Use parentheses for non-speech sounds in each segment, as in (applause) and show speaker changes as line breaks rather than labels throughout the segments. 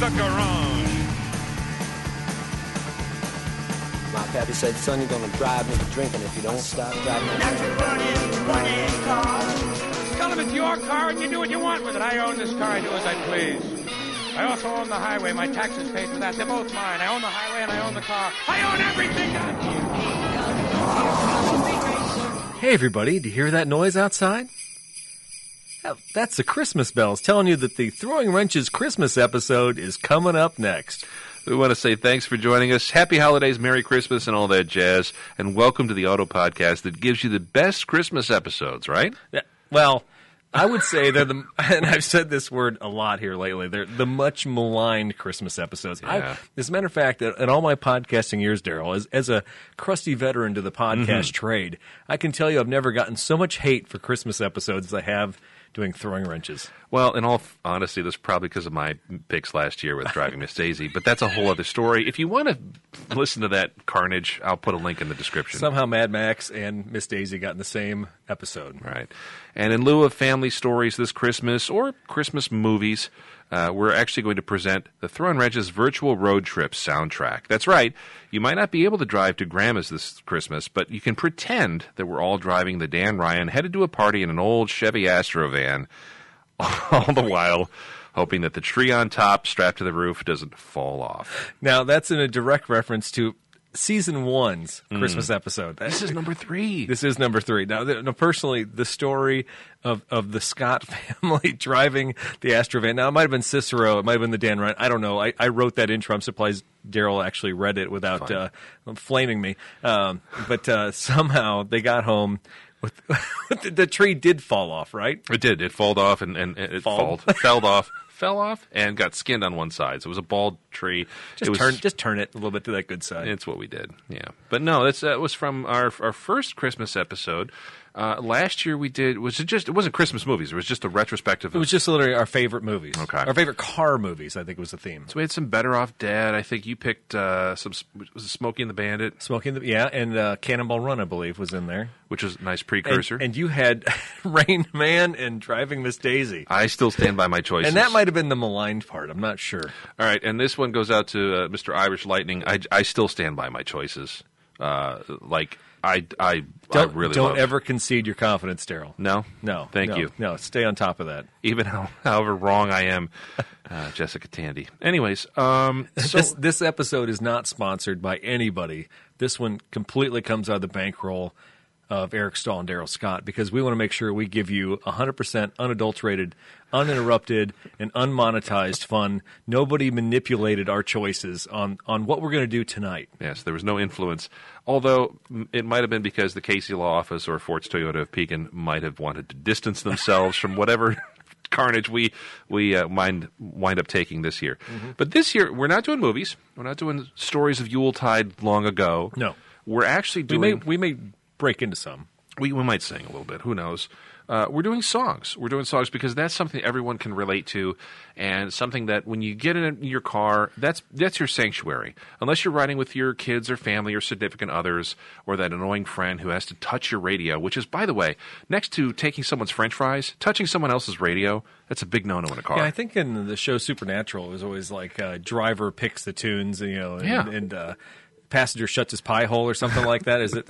the garage.
My pappy said, son, you're gonna drive me to drinking if you don't stop driving.
Not your running, running car.
Tell them it's your car and you do what you want with it. I own this car. I do as I please. I also own the highway. My taxes pay for that. They're both mine. I own the highway and I own the car. I own everything. God.
Hey, everybody, do you hear that noise outside? Oh, That's the Christmas bells telling you that the Throwing Wrenches Christmas episode is coming up next.
We want to say thanks for joining us. Happy holidays, Merry Christmas, and all that jazz. And welcome to the Auto Podcast that gives you the best Christmas episodes, right?
Yeah, Well, I would say they're the, (laughs) and I've said this word a lot here lately, they're the much maligned Christmas episodes. I-
Yeah.
as a matter of fact, in all my podcasting years, Daryl, as, as a crusty veteran to the podcast trade, I can tell you I've never gotten so much hate for Christmas episodes as I have doing Throwing Wrenches.
Well, in all f- honesty, that's probably because of my picks last year with Driving Miss Daisy, but that's a whole other story. If you want to listen to that carnage, I'll put a link in the description.
Somehow Mad Max and Miss Daisy got in the same episode.
Right. And in lieu of family stories this Christmas or Christmas movies, uh, we're actually going to present the Throw and Wrenches Virtual Road Trip soundtrack. That's right. You might not be able to drive to Grandma's this Christmas, but you can pretend that we're all driving the Dan Ryan headed to a party in an old Chevy Astro van, (laughs) all the while hoping that the tree on top strapped to the roof doesn't fall off.
Now, that's in a direct reference to season one's Christmas episode.
Hmm. This is number
(laughs)
three.
This is number three. Now, th- now personally, the story of, of the Scott (laughs) family driving the Astrovan. Now, it might have been Cicero. It might have been the Dan Ryan. I don't know. I, I wrote that intro. I'm surprised Daryl actually read it without uh, flaming me. Um, but uh, (laughs) somehow they got home. With, (laughs) the, the tree did fall off, right?
It did. It falled off and, and and it
Falled.
falled, fell off, (laughs) fell off, and got skinned on one side. So it was a bald tree.
Just
it was,
turn, just turn it a little bit to that good side.
(laughs) It's what we did. Yeah, but no, that's that was from our our first Christmas episode. Uh, last year we did was it just it wasn't Christmas movies. It was just a retrospective.
It was just literally our favorite movies.
Okay.
Our favorite car movies, I think, was the theme.
so we had some Better Off Dead. I think you picked uh, some was it Smokey and the Bandit,
Smoking the yeah, and uh, Cannonball Run, I believe, was in there.
which was a nice
And-
precursor.
And, you had (laughs) Rain Man and Driving Miss Daisy.
I still stand by my choices.
And that might have been the maligned part. I'm not sure.
All right, and this one goes out to uh, Mr. Irish Lightning. I, I still stand by my choices. Uh, like I I
Don't
I really
don't
love-
ever concede your confidence, Daryl.
No,
no,
Thank
no,
you.
No, stay on top of that.
Even how, (laughs) however wrong I am, uh, Jessica Tandy. Anyways, um, so
this this episode is not sponsored by anybody. This one completely comes out of the bankroll of Eric Stahl and Daryl Scott because we want to make sure we give you 100% unadulterated, uninterrupted, and unmonetized fun. Nobody manipulated our choices on on what we're going to do tonight.
yes, there was no influence. Although m- it might have been because the Casey Law Office or Forts Toyota of Pekin might have wanted to distance themselves from whatever. (laughs) Carnage, we we uh, wind wind up taking this year,
Mm-hmm.
but this year we're not doing movies. We're not doing stories of Yuletide long ago.
No.
we're actually
We
doing.
may we may break into some.
we, we might sing a little bit. Who knows? Uh, we're doing songs. We're doing songs because that's something everyone can relate to, and something that when you get in your car, that's that's your sanctuary. Unless you're riding with your kids or family or significant others, or that annoying friend who has to touch your radio, which is, by the way, next to taking someone's French fries, touching someone else's radio, that's a big no-no in a car.
Yeah, I think in the show Supernatural, it was always like uh, driver picks the tunes, you know, and,
Yeah.
and uh, passenger shuts his pie hole or something like that. Is it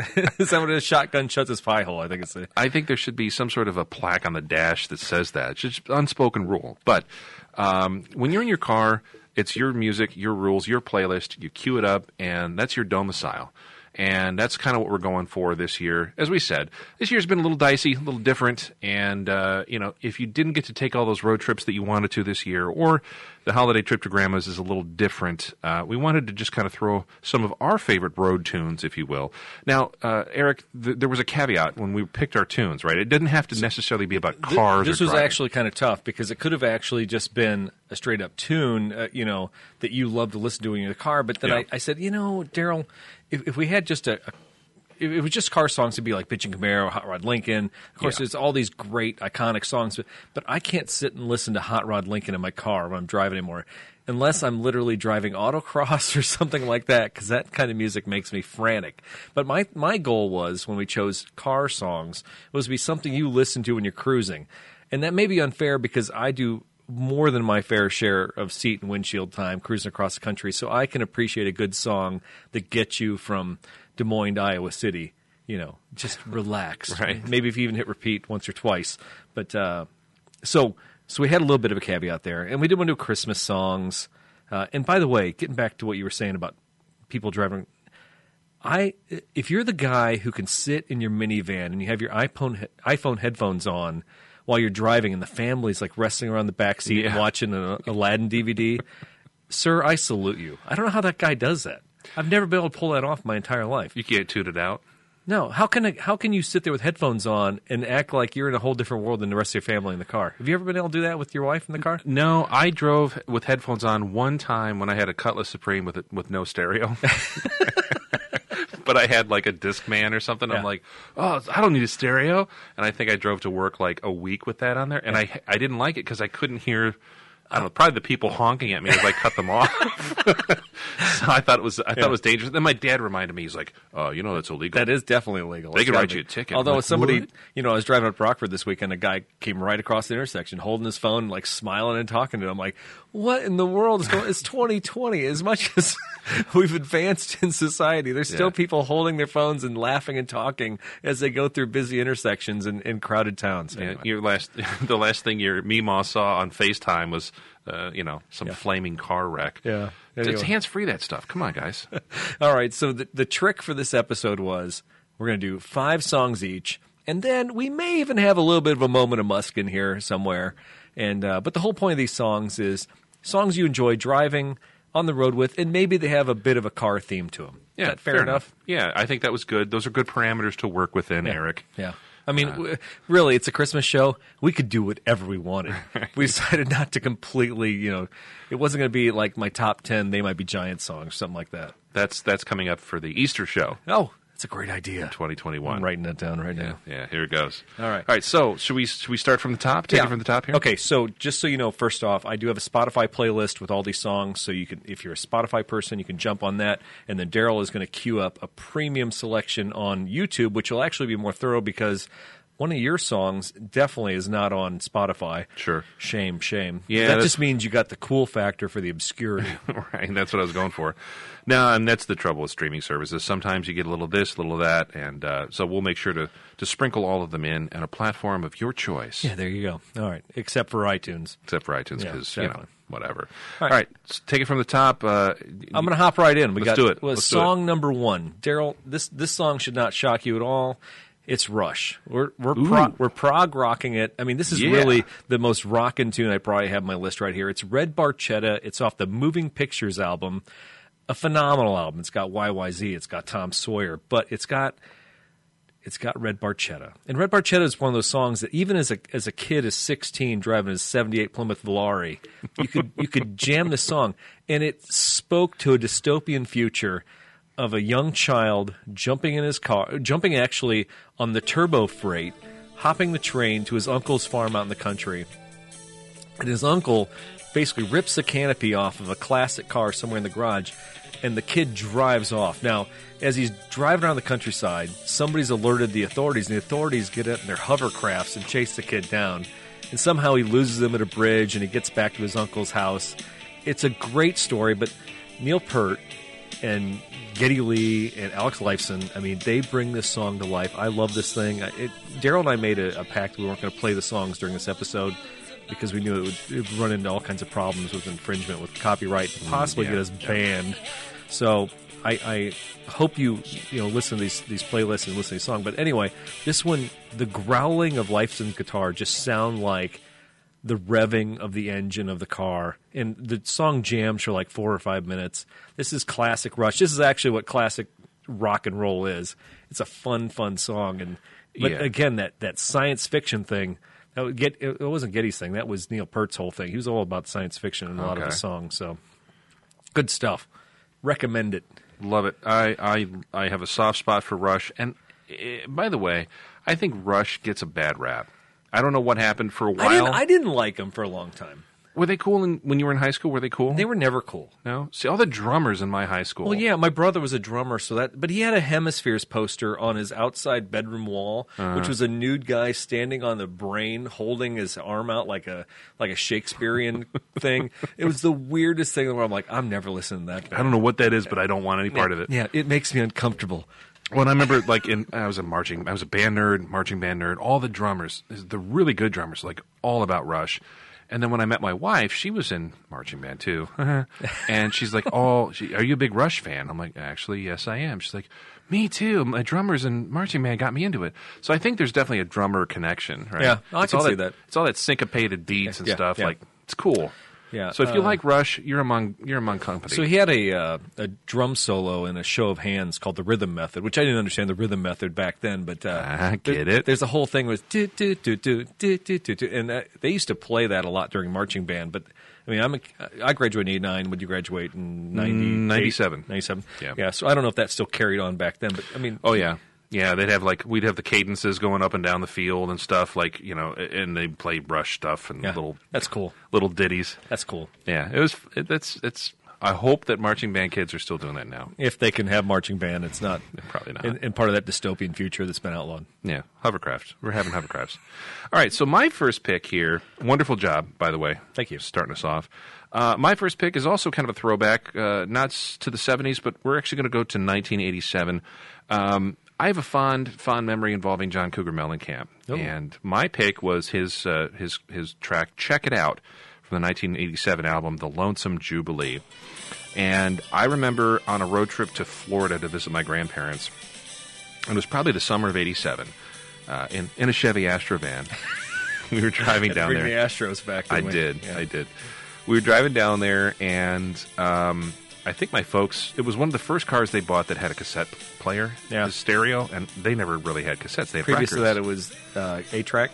(laughs) someone with a shotgun shuts his pie hole? I think it's a,
I think there should be some sort of a plaque on the dash that says that. It's just unspoken rule. But um, when you're in your car, it's your music, your rules, your playlist. You cue it up, and that's your domicile. And that's kind of what we're going for this year. As we said, this year's been a little dicey, a little different. And, uh, you know, if you didn't get to take all those road trips that you wanted to this year, or the holiday trip to grandma's is a little different, uh, we wanted to just kind of throw some of our favorite road tunes, if you will. Now, uh, Eric, th- there was a caveat when we picked our tunes, right? It didn't have to necessarily be about
Th-
cars
This
or
was
driving.
actually kind of tough because it could have actually just been a straight up tune, uh, you know, that you love to listen to when you're in the car. But then
Yeah.
I, I said, you know, Daryl, if, if we had just a, a if it was just car songs, it'd be like Bitchin' Camaro, Hot Rod Lincoln. Of course,
Yeah.
there's all these great iconic songs, but, but I can't sit and listen to Hot Rod Lincoln in my car when I'm driving anymore, unless I'm literally driving autocross (laughs) or something like that, because that kind of music makes me frantic. But my my goal was when we chose car songs was to be something you listen to when you're cruising, and that may be unfair because I do more than my fair share of seat and windshield time cruising across the country, so I can appreciate a good song that gets you from Des Moines to Iowa City. You know, just relax.
Right.
Maybe if you even hit repeat once or twice. But uh, so so we had a little bit of a caveat there, and we did want to do Christmas songs. Uh, and by the way, getting back to what you were saying about people driving, I if you're the guy who can sit in your minivan and you have your iPhone iPhone headphones on while you're driving, and the family's like wrestling around the back seat and
Yeah.
watching an Aladdin DVD, sir, I salute you. I don't know how that guy does that. I've never been able to pull that off my entire life.
You can't tune it out.
No, how can I, how can you sit there with headphones on and act like you're in a whole different world than the rest of your family in the car? Have you ever been able to do that with your wife in the car?
No, I drove with headphones on one time when I had a Cutlass Supreme with it, with no stereo.
(laughs)
but I had like a Discman or something.
Yeah.
I'm like, oh, I don't need a stereo. And I think I drove to work like a week with that on there, and I I didn't like it because I couldn't hear. I don't know, probably the people honking at me as I cut them off. (laughs) so I thought it was I thought it was dangerous. Then my dad reminded me, he's like, "Oh, you know that's illegal."
That is definitely illegal.
They
It's
could
gotta
write
be.
you a ticket.
Although
Like,
somebody,
what?
you know, I was driving up Rockford this weekend. A guy came right across the intersection, holding his phone, like smiling and talking to him. I'm like, what in the world is going? It's 2020. As much (laughs) as we've advanced in society, there's still
Yeah.
people holding their phones and laughing and talking as they go through busy intersections and, and crowded towns.
Yeah,
Anyway.
your last, (laughs) the last thing your Meemaw saw on FaceTime was, uh, you know, some flaming car wreck.
Yeah.
it's
Anyway.
hands free that stuff. Come on,
(laughs)
guys.
All right. So the, the trick for this episode was we're going to do five songs each, and then we may even have a little bit of a moment of Musk in here somewhere. And uh, but the whole point of these songs is songs you enjoy driving on the road with, and maybe they have a bit of a car theme to them.
Yeah,
Is that fair, enough?
Yeah, I think that was good. Those are good parameters to work within, Eric.
Yeah. I
Uh,
mean, w really, it's a Christmas show. We could do whatever we
(laughs)
wanted. We decided not to completely, you know, it wasn't going to be like my top 10 They Might Be Giant songs, something like that.
That's that's coming up for the Easter show,
Oh, that's a great idea.
2021.
I'm writing that down right now.
Yeah, here it goes.
All right.
All right. So should we should we start from the top? Take it from the top here. (laughs)
Okay, so just so you know, first off, I do have a Spotify playlist with all these songs, so you can, if you're a Spotify person, you can jump on that, and then Daryl is going to queue up a premium selection on YouTube, which will actually be more thorough because one of your songs definitely is not on Spotify.
Sure.
shame, shame.
Yeah,
that
that's-
just means you got the cool factor for the
(laughs)
obscurity.
right. That's what I was going for. No, and that's the trouble with streaming services. Sometimes you get a little of this, a little of that, and uh, so we'll make sure to to sprinkle all of them in on a platform of your choice.
yeah, there you go. All right, except for iTunes.
except for iTunes
Yeah,
because you know
definitely.
whatever.
All
All
right. Oh.
right, s- take it from the top. Uh,
I'm going to hop right in. We
Let's
got
do it.
well,
Let's do it.
song number one, Daryl. This this song should not shock you at all. It's Rush. We're we're pro,
Ooh.
we're prog rocking it. I mean, this is
Yeah.
really the most rockin' tune I probably have on my list right here. It's Red Barchetta. It's off the Moving Pictures album. A phenomenal album. It's got YYZ. It's got Tom Sawyer, but it's got it's got Red Barchetta. And Red Barchetta is one of those songs that even as a as a kid as 16 driving his 78 Plymouth Valari, you could (laughs) you could jam this song and it spoke to a dystopian future of a young child jumping in his car, jumping actually on the turbo freight, hopping the train to his uncle's farm out in the country. And his uncle basically rips the canopy off of a classic car somewhere in the garage, and the kid drives off. Now, as he's driving around the countryside, somebody's alerted the authorities, and the authorities get up in their hovercrafts and chase the kid down. And somehow he loses them at a bridge, and he gets back to his uncle's house. It's a great story, but Neil Peart and Getty Lee and Alex Lifeson. I mean, they bring this song to life. I love this thing. I- It, Daryl and I made a, a pact we weren't going to play the songs during this episode because we knew it would, it would run into all kinds of problems with infringement, with copyright, and possibly
Mm, yeah.
get us banned. So I, I hope you you know listen to these these playlists and listen to these songs. But anyway, this one, the growling of Lifeson's guitar just sound like the revving of the engine of the car. And the song jams for like four or five minutes. This is classic Rush. This is actually what classic rock and roll is. It's a fun, fun song. And but
Yeah.
again, that that science fiction thing. That would get, it wasn't Getty's thing. That was Neil Peart's whole thing. He was all about science fiction in a lot of
Okay.
the songs. So good stuff. Recommend it.
love it. I, I I have a soft spot for Rush, and eh, by the way, I think Rush gets a bad rap. I don't know what happened for a
I
while.
didn't, I didn't like him for a long time.
Were they cool in, when you were in high school? Were they cool?
They were never cool.
No. See, all the drummers in my high school.
Well, yeah, my brother was a drummer, so that. But he had a Hemispheres poster on his outside bedroom wall,
Uh-huh.
which was a nude guy standing on the brain, holding his arm out like a like a
(laughs)
Shakespearean thing. It was the weirdest thing in the world. I'm like, I'm never listening to that.
I don't know what that is, but I don't want any part of it.
Yeah, it makes me uncomfortable.
Well, and I remember like in I was a marching, I was a band nerd, marching band nerd. All the drummers, the really good drummers, like all about Rush. And then when I met my wife, she was in marching band too, (laughs) and she's like, "Oh, she, are you a big Rush fan?" I'm like, "Actually, yes, I am." She's like, "Me too. My drummers and marching band got me into it." So I think there's definitely a drummer connection, right?
Yeah, I
it's
can
all
see that.
It's all that syncopated beats and
Yeah,
stuff.
yeah.
Like it's cool.
Yeah,
So if you
uh,
like Rush, you're among you're among company.
So he had a uh, a drum solo in a show of hands called the rhythm method, which I didn't understand the rhythm method back then. But uh,
I get
there-
it.
There's a whole thing with do do do do do do do, do, and uh, they used to play that a lot during marching band. But I mean, I'm a, I graduated in '89. Would you graduate in
'97.
97.
Mm. Yeah.
yeah. So I don't know if that still carried on back then. But I mean,
Oh yeah, yeah. They'd have like we'd have the cadences going up and down the field and stuff like you know, and they play brush stuff and
yeah,
little
that's cool.
little ditties.
That's cool.
Yeah, it was. It, that's it's. I hope that marching band kids are still doing that now.
If they can have marching band, it's not
(laughs) Probably not.
in, in part of that dystopian future that's been outlawed.
Yeah, hovercraft. We're having hovercrafts. All right, so my first pick here, wonderful job, by the way.
Thank you.
Starting us off. Uh, my first pick is also kind of a throwback, uh, not s- to the 70s, but we're actually going to go to 1987. Um, I have a fond, fond memory involving John Cougar Mellencamp.
Oh.
And my pick was his, uh, his, his track, Check It Out, from the 1987 album, The Lonesome Jubilee. And I remember on a road trip to Florida to visit my grandparents. It was probably the summer of '87, uh, in in a Chevy Astro van. (laughs) we were driving down
Bring
there.
the Astros back.
I
didn't we?
did.
Yeah.
I did. We were driving down there, and um, I think my folks. It was one of the first cars they bought that had a cassette player,
Yeah.
a stereo, and they never really had cassettes. They had
Previous to
records.
that, it was uh, A track.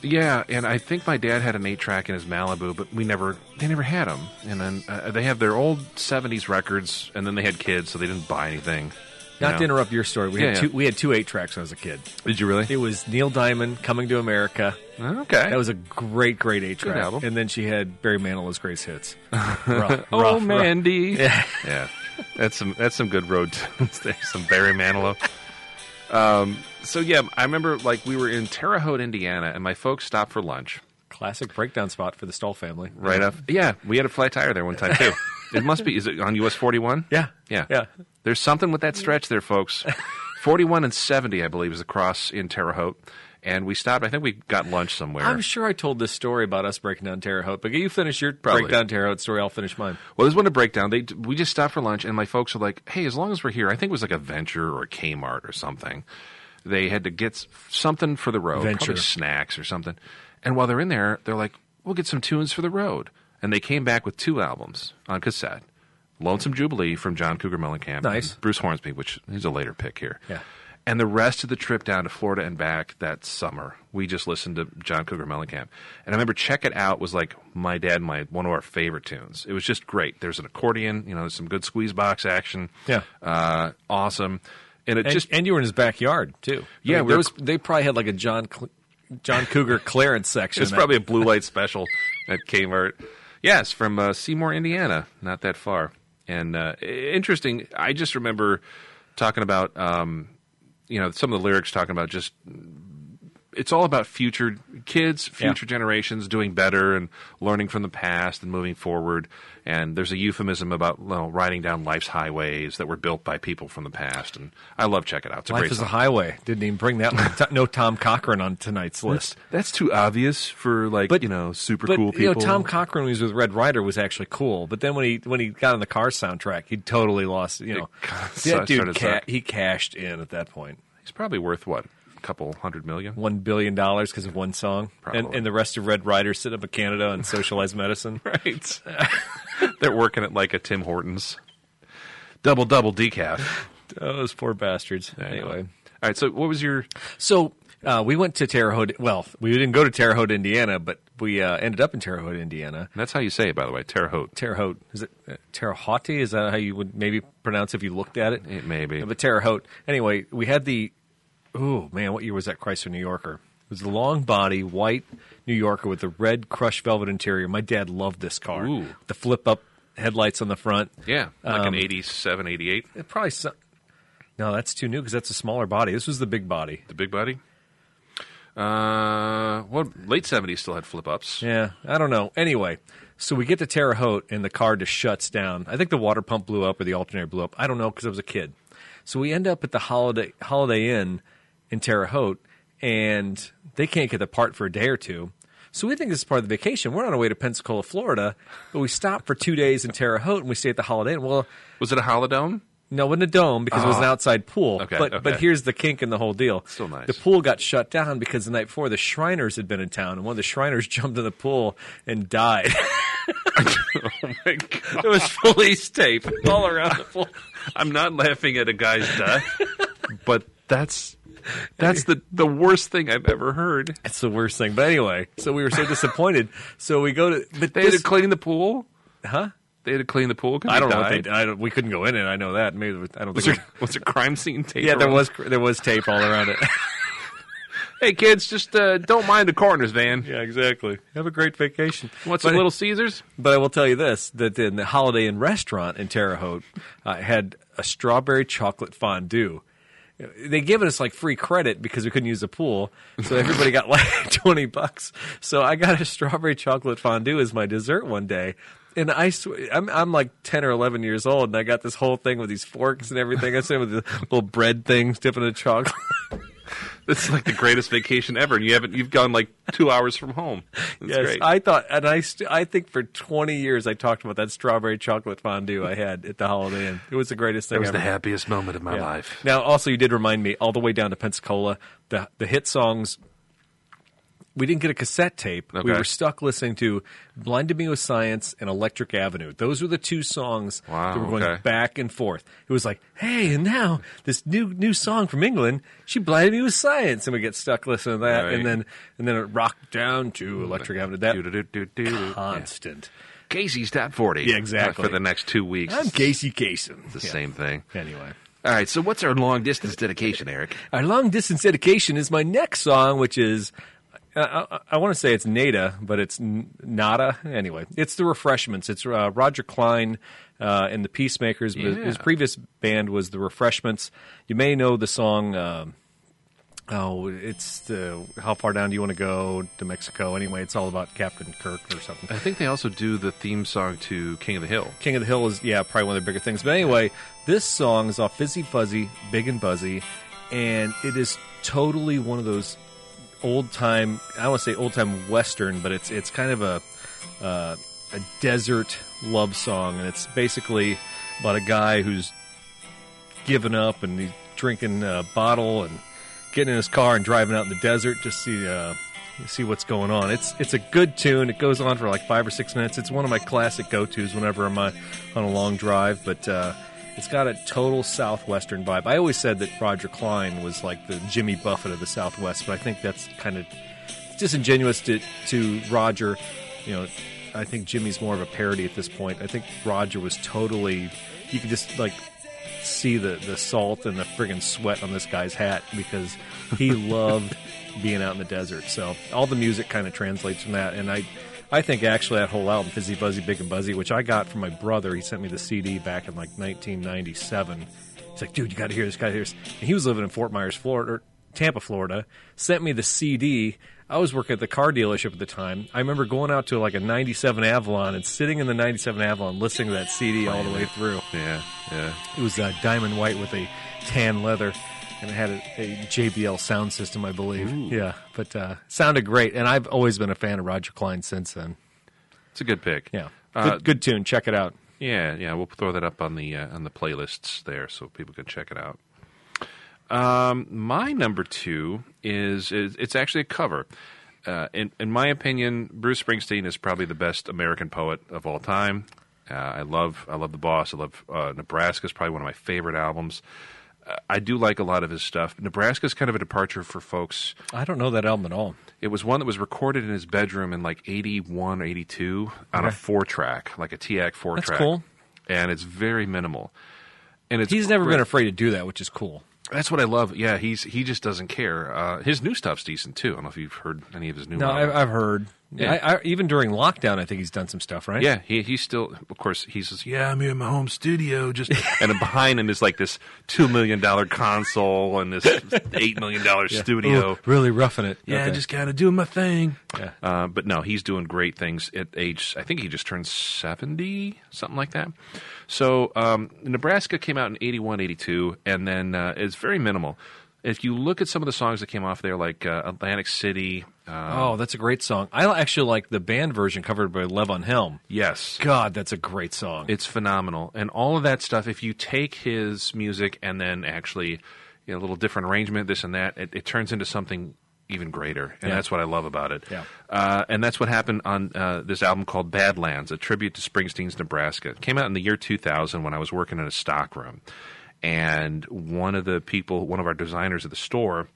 Yeah, and I think my dad had an eight track in his Malibu, but we never they never had them. And then uh, they have their old '70s records, and then they had kids, so they didn't buy anything.
Not
You
to
know?
interrupt your story, we
Yeah,
had
yeah.
two we had two eight tracks when I was a kid.
Did you really?
It was Neil Diamond coming to America.
Okay.
That was a great, great eight track.
album.
And then she had Barry Manilow's greatest
(laughs)
hits. Rough,
Oh,
rough, rough.
Mandy.
Yeah.
(laughs) yeah. That's some that's some good road (laughs) tunes there. Some Barry Manilow. Um, so yeah, I remember like we were in Terre Haute, Indiana, and my folks stopped for lunch.
classic breakdown spot for the Stahl family.
Right off, yeah, we had a flat tire there one
(laughs)
time too. it must be. Is it on US forty one?
Yeah.
yeah,
Yeah.
There's something with that stretch there, folks. forty one and seventy, I believe, is the cross in Terre Haute, and we stopped. I think we got lunch somewhere.
I'm sure I told this story about us breaking down Terre Haute, but you finish your
Probably.
breakdown Terre Haute story, I'll finish mine.
Well, there's one to break down. They we just stopped for lunch, and my folks were like, "Hey, as long as we're here, I think it was like a Venture or a Kmart or something. They had to get s- something for the road,
Venture.
probably snacks or something. And while they're in there, they're like, "We'll get some tunes for the road." And they came back with two albums on cassette: "Lonesome Jubilee" from John Cougar Mellencamp,
Nice.
and Bruce Hornsby, which he's a later pick here.
Yeah.
And the rest of the trip down to Florida and back that summer, we just listened to John Cougar Mellencamp. And I remember Check It Out was like my dad and my one of our favorite tunes. It was just great. There's an accordion, you know, there's some good squeeze box action.
Yeah.
Uh, awesome. And it
And,
just
and you were in his backyard, too.
Yeah,
I mean,
we were-
those- they probably had like a John Cl- John
(laughs)
Cougar clearance section.
it's
that-
probably a blue light special at Kmart. Yes, from uh, Seymour, Indiana, not that far. And uh, i- interesting. I just remember talking about, um, you know, some of the lyrics talking about just. It's all about future kids, future generations doing better and learning from the past and moving forward. And there's a euphemism about you know, riding down life's highways that were built by people from the past. And I love check it out. It's a
Life
great
is a
song.
highway. Didn't even bring that one.
(laughs)
No Tom Cochran on tonight's list.
That's too obvious for like you know super
but,
cool people.
You know, Tom Cochran when he was with Red Rider was actually cool, but then when he when he got on the car soundtrack, he totally lost. You know,
started
that
to
dude ca-
suck.
he cashed in at that point.
He's probably worth what? A couple hundred million?
One billion dollars because of one song, and,
Probably.
and the rest of Red Rider sit up in Canada and socialized medicine.
(laughs) Right. They're working at like a Tim Hortons. Double double decaf.
Oh, those poor bastards. (laughs) Anyway,
All right, so what was your
so uh, we went to Terre Haute. Well, we didn't go to Terre Haute, Indiana, but we uh, ended up in Terre Haute, Indiana.
That's how you say it by the way, Terre Haute.
Terre Haute. Is it uh, Terre Haute? Is that how you would maybe pronounce if you looked at it?
It may be.
But Terre Haute. Anyway, we had the. Ooh man, what year was that Chrysler New Yorker? was the long body white New Yorker with the red crushed velvet interior. My dad loved this car.
Ooh.
The flip up headlights on the front.
Yeah, like
Um,
an 87, 88,
It probably some, no, that's too new because that's a smaller body. This was the big body.
the big body. Uh, well, late 70s still had flip ups.
Yeah, I don't know. Anyway, so we get to Terre Haute and the car just shuts down. I think the water pump blew up or the alternator blew up. I don't know because I was a kid. So we end up at the Holiday Holiday Inn in Terre Haute, and they can't get the part for a day or two. So we think this is part of the vacation. We're on our way to Pensacola, Florida, but we stop for two days in Terre Haute and we stay at the Holiday Inn. Well,
Was it a holodome?
no, it wasn't a dome because it was an outside pool.
Okay,
but but
okay.
here's the kink in the whole deal.
Still nice.
The pool got shut down because the night before the Shriners had been in town, and one of the Shriners (laughs) jumped in the pool and died. (laughs)
Like,
(laughs) it was police tape all around the pool.
I'm not laughing at a guy's
(laughs)
death, but that's that's the, the worst thing I've ever heard.
That's the worst thing. But anyway, so we were so disappointed. So we go to but
They
this,
had to clean the pool?
huh?
They had to clean the pool? 'cause
I
he
don't know. If
died?
they, I don't, we couldn't go in it. I know that. Maybe I don't
(laughs) Was
think.
there, was there crime scene (laughs) tape?
yeah, there
around?
was there was tape all around it.
Hey, kids, just uh, don't mind the coroner's van.
(laughs) yeah, exactly. Have a great vacation.
What's
But-
a Little Caesars?
But I will tell you this: that the, the Holiday Inn restaurant in Terre Haute uh, had a strawberry chocolate fondue. They given us like free credit because we couldn't use the pool, so everybody got like (laughs) twenty bucks. So I got a strawberry chocolate fondue as my dessert one day, and I sw- I'm I'm like ten or eleven years old, and I got this whole thing with these forks and everything. I said with the little bread things dipping in chocolate.
It's like the greatest vacation ever, and you haven't. You've gone like two hours from home. (laughs) That's
yes,
great.
I thought, and I, st- I think for 20 years I talked about that strawberry chocolate fondue I had at the Holiday Inn. It was the greatest thing.
it was the
ever.
happiest moment of my
Yeah.
life.
Now, also, you did remind me all the way down to Pensacola, the the hit songs. We didn't get a cassette tape. We
Okay.
were stuck listening to "Blinded Me with Science" and "Electric Avenue." Those were the two songs
Wow,
that were going
okay.
back and forth. It was like, "Hey, and now this new new song from England, she blinded me with science," and we get stuck listening to that,
Right. Mm,
and then and then it rocked down to "Electric Avenue." That
Do-do-do-do-do.
constant.
Casey's top forty.
Yeah, exactly.
Uh, For the next two weeks,
I'm
it's
Casey Kasem.
the same thing.
Anyway.
All right. So, what's our long distance dedication, Eric?
Our long distance dedication is my next song, which is I, I, I want to say it's Nada, but it's N- Nada. Anyway, it's the Refreshments. It's uh, Roger Klein uh, and the Peacemakers. but
Yeah.
His previous band was the Refreshments. You may know the song. Um, Oh, it's the how far down do you want to go to Mexico? Anyway, it's all about Captain Kirk or something.
I think they also do the theme song to King of the Hill.
King of the Hill is yeah probably one of the bigger things. But anyway, this song is off Fizzy Fuzzy, Big and Buzzy, and it is totally one of those old time. I don't want to say old time western, but it's it's kind of a uh, a desert love song, and it's basically about a guy who's given up and he's drinking a bottle and getting in his car and driving out in the desert to see uh, see what's going on. It's it's a good tune. It goes on for like five or six minutes. It's one of my classic go tos whenever I'm on, on a long drive, but. Uh, it's got a total southwestern vibe. I always said that Roger Klein was like the Jimmy Buffett of the Southwest, but I think that's kind of disingenuous to, to Roger. You know, I think Jimmy's more of a parody at this point. I think Roger was totally. You could just like see the, the salt and the friggin' sweat on this guy's hat because he (laughs) loved being out in the desert. So all the music kind of translates from that. And I, I think actually that whole album, Fizzy Buzzy Big and Buzzy, which I got from my brother. He sent me the CD back in like 1997. He's like, dude, you got to hear this. Got to hear this. And he was living in Fort Myers, Florida, or Tampa, Florida. Sent me the CD. I was working at the car dealership at the time. I remember going out to like a 97 Avalon and sitting in the 97 Avalon listening to that CD all the way through.
Yeah, yeah.
It was uh, diamond white with a tan leather, and it had a, a JBL sound system, I believe. Yeah, but uh, sounded great, and I've always been a fan of Roger Klein since then.
It's a good pick.
Yeah, good,
Uh,
good tune. Check it out.
Yeah, yeah, we'll throw that up on the uh, on the playlists there so people can check it out. Um, my number two is, is it's actually a cover. Uh, in in my opinion, Bruce Springsteen is probably the best American poet of all time. Uh, I love I love the Boss. I love uh, Nebraska is probably one of my favorite albums. Uh, I do like a lot of his stuff. Nebraska is kind of a departure for folks
I don't know that album at all.
it was one that was recorded in his bedroom in like 81, 82 on a
Okay.
four track, like a TAC four
That's
track.
cool.
And it's very minimal. And it's
He's never
great.
been afraid to do that, which is cool.
That's what I love. Yeah, he's he just doesn't care. Uh, his new stuff's decent too. I don't know if you've heard any of his new.
No,
albums.
I've, I've heard.
Yeah.
I, I, even during lockdown, I think he's done some stuff, right?
Yeah, he he's still, of course, he says, "Yeah, I'm here in my home
(laughs)
studio." Just and then behind him is like this two million dollar console and this eight million dollar studio.
Ooh, really roughing it.
Yeah,
Okay.
just kind of doing my thing.
Yeah.
Uh, but no, he's doing great things at age. I think he just turned seventy, something like that. So um, Nebraska came out in 81, 82, and then uh, it's very minimal. If you look at some of the songs that came off there, like uh, Atlantic City, uh,
Oh, that's a great song. I actually like the band version covered by Levon Helm.
yes,
God, that's a great song.
It's phenomenal. And all of that stuff, if you take his music and then actually you know, a little different arrangement, this and that, it, it turns into something even greater. And
Yeah.
that's what I love about it.
Yeah.
Uh, and that's what happened on uh, this album called Badlands, a tribute to Springsteen's Nebraska. It came out in the year 2000 when I was working in a stockroom. And one of the people, one of our designers at the store,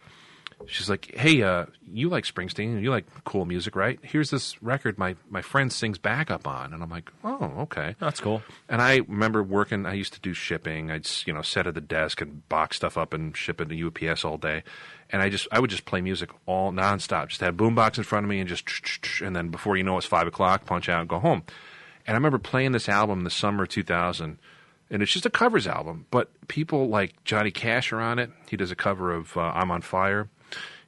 she's like, "Hey, uh, you like Springsteen? You like cool music, right? Here's this record my my friend sings backup on." And I'm like, "Oh, okay,
That's cool.
And I remember working. I used to do shipping. I'd s- you know sit at the desk and box stuff up and ship it to UPS all day. And I just I would just play music all nonstop. Just have boombox in front of me and just tch, tch, tch, and then before you know it, it's five o'clock. Punch out, and go home. And I remember playing this album in the summer of 2000. And it's just a covers album, but people like Johnny Cash are on it. He does a cover of uh, "I'm on Fire."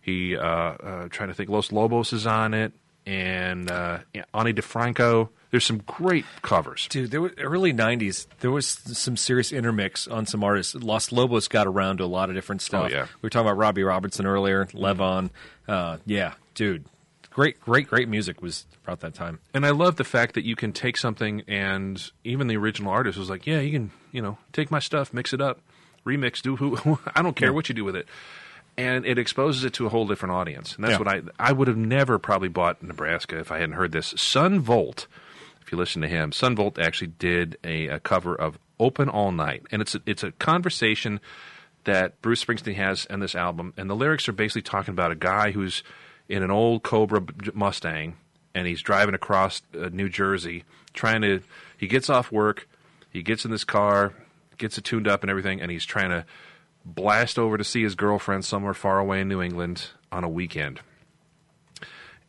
He uh, uh, trying to think. Los Lobos is on it, and uh, yeah, Ani DeFranco. There's some great covers.
Dude, there were early '90s. There was some serious intermix on some artists. Los Lobos got around to a lot of different stuff.
Oh, yeah. Mm-hmm.
We were talking about Robbie Robertson earlier, Levon. Uh, yeah, dude, great, great, great music was about that time.
And I love the fact that you can take something and even the original artist was like, "Yeah, you can, you know, take my stuff, mix it up, remix, do who (laughs) I don't care what you do with it." And it exposes it to a whole different audience. And that's
Yeah.
what I I would have never probably bought Nebraska if I hadn't heard this. Sun Volt, if you listen to him, Sun Volt actually did a, a cover of "Open All Night," and it's a, it's a conversation that Bruce Springsteen has in this album, and the lyrics are basically talking about a guy who's in an old Cobra b- Mustang, and he's driving across uh, New Jersey, trying to. He gets off work, he gets in this car, gets it tuned up and everything, and he's trying to blast over to see his girlfriend somewhere far away in New England on a weekend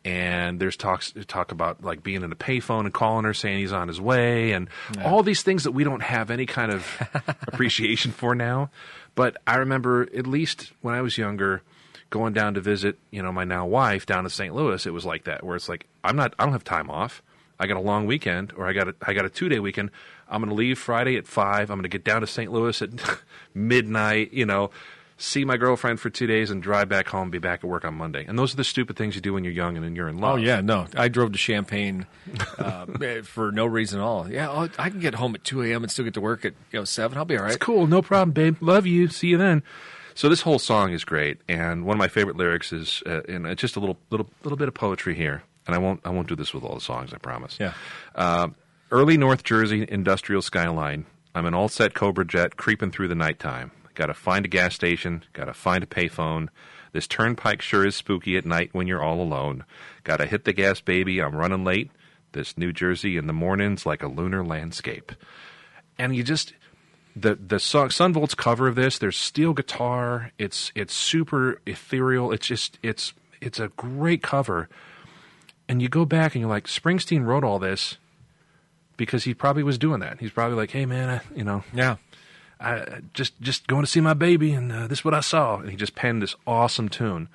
and there's talks talk about like being in a payphone and calling her saying he's on his way and all these things that we don't have any kind of appreciation for now but i remember at least when i was younger going down to visit you know my now wife down in st louis it was like that where it's like i'm not i don't have time off i got a long weekend or i got a, i got a two day weekend i'm going to leave friday at five i'm going to get down to st louis at (laughs) midnight you know see my girlfriend for two days and drive back home, be back at work on Monday. And those are the stupid things you do when you're young and then you're in love.
Oh yeah, no, I drove to Champaign uh, (laughs) for no reason at all. Yeah, I'll, I can get home at 2 a.m. and still get to work at you know seven. I'll be all right.
It's cool. No problem, babe. Love you. See you then. So this whole song is great, and one of my favorite lyrics is, uh, and it's just a little, little, little bit of poetry here. And I won't, I won't do this with all the songs. I promise.
Yeah.
Uh, early North Jersey industrial skyline. I'm an all set Cobra jet creeping through the nighttime. Got to find a gas station. Got to find a payphone. This turnpike sure is spooky at night when you're all alone. Got to hit the gas, baby. I'm running late. This New Jersey in the mornings like a lunar landscape. And you just the the song Sunvolt's cover of this. There's steel guitar. It's it's super ethereal. It's just it's it's a great cover. And you go back and you're like, Springsteen wrote all this because he probably was doing that. He's probably like, hey man, I, you know,
Yeah,
I just just going to see my baby, and uh, this is what I saw. And he just penned this awesome tune.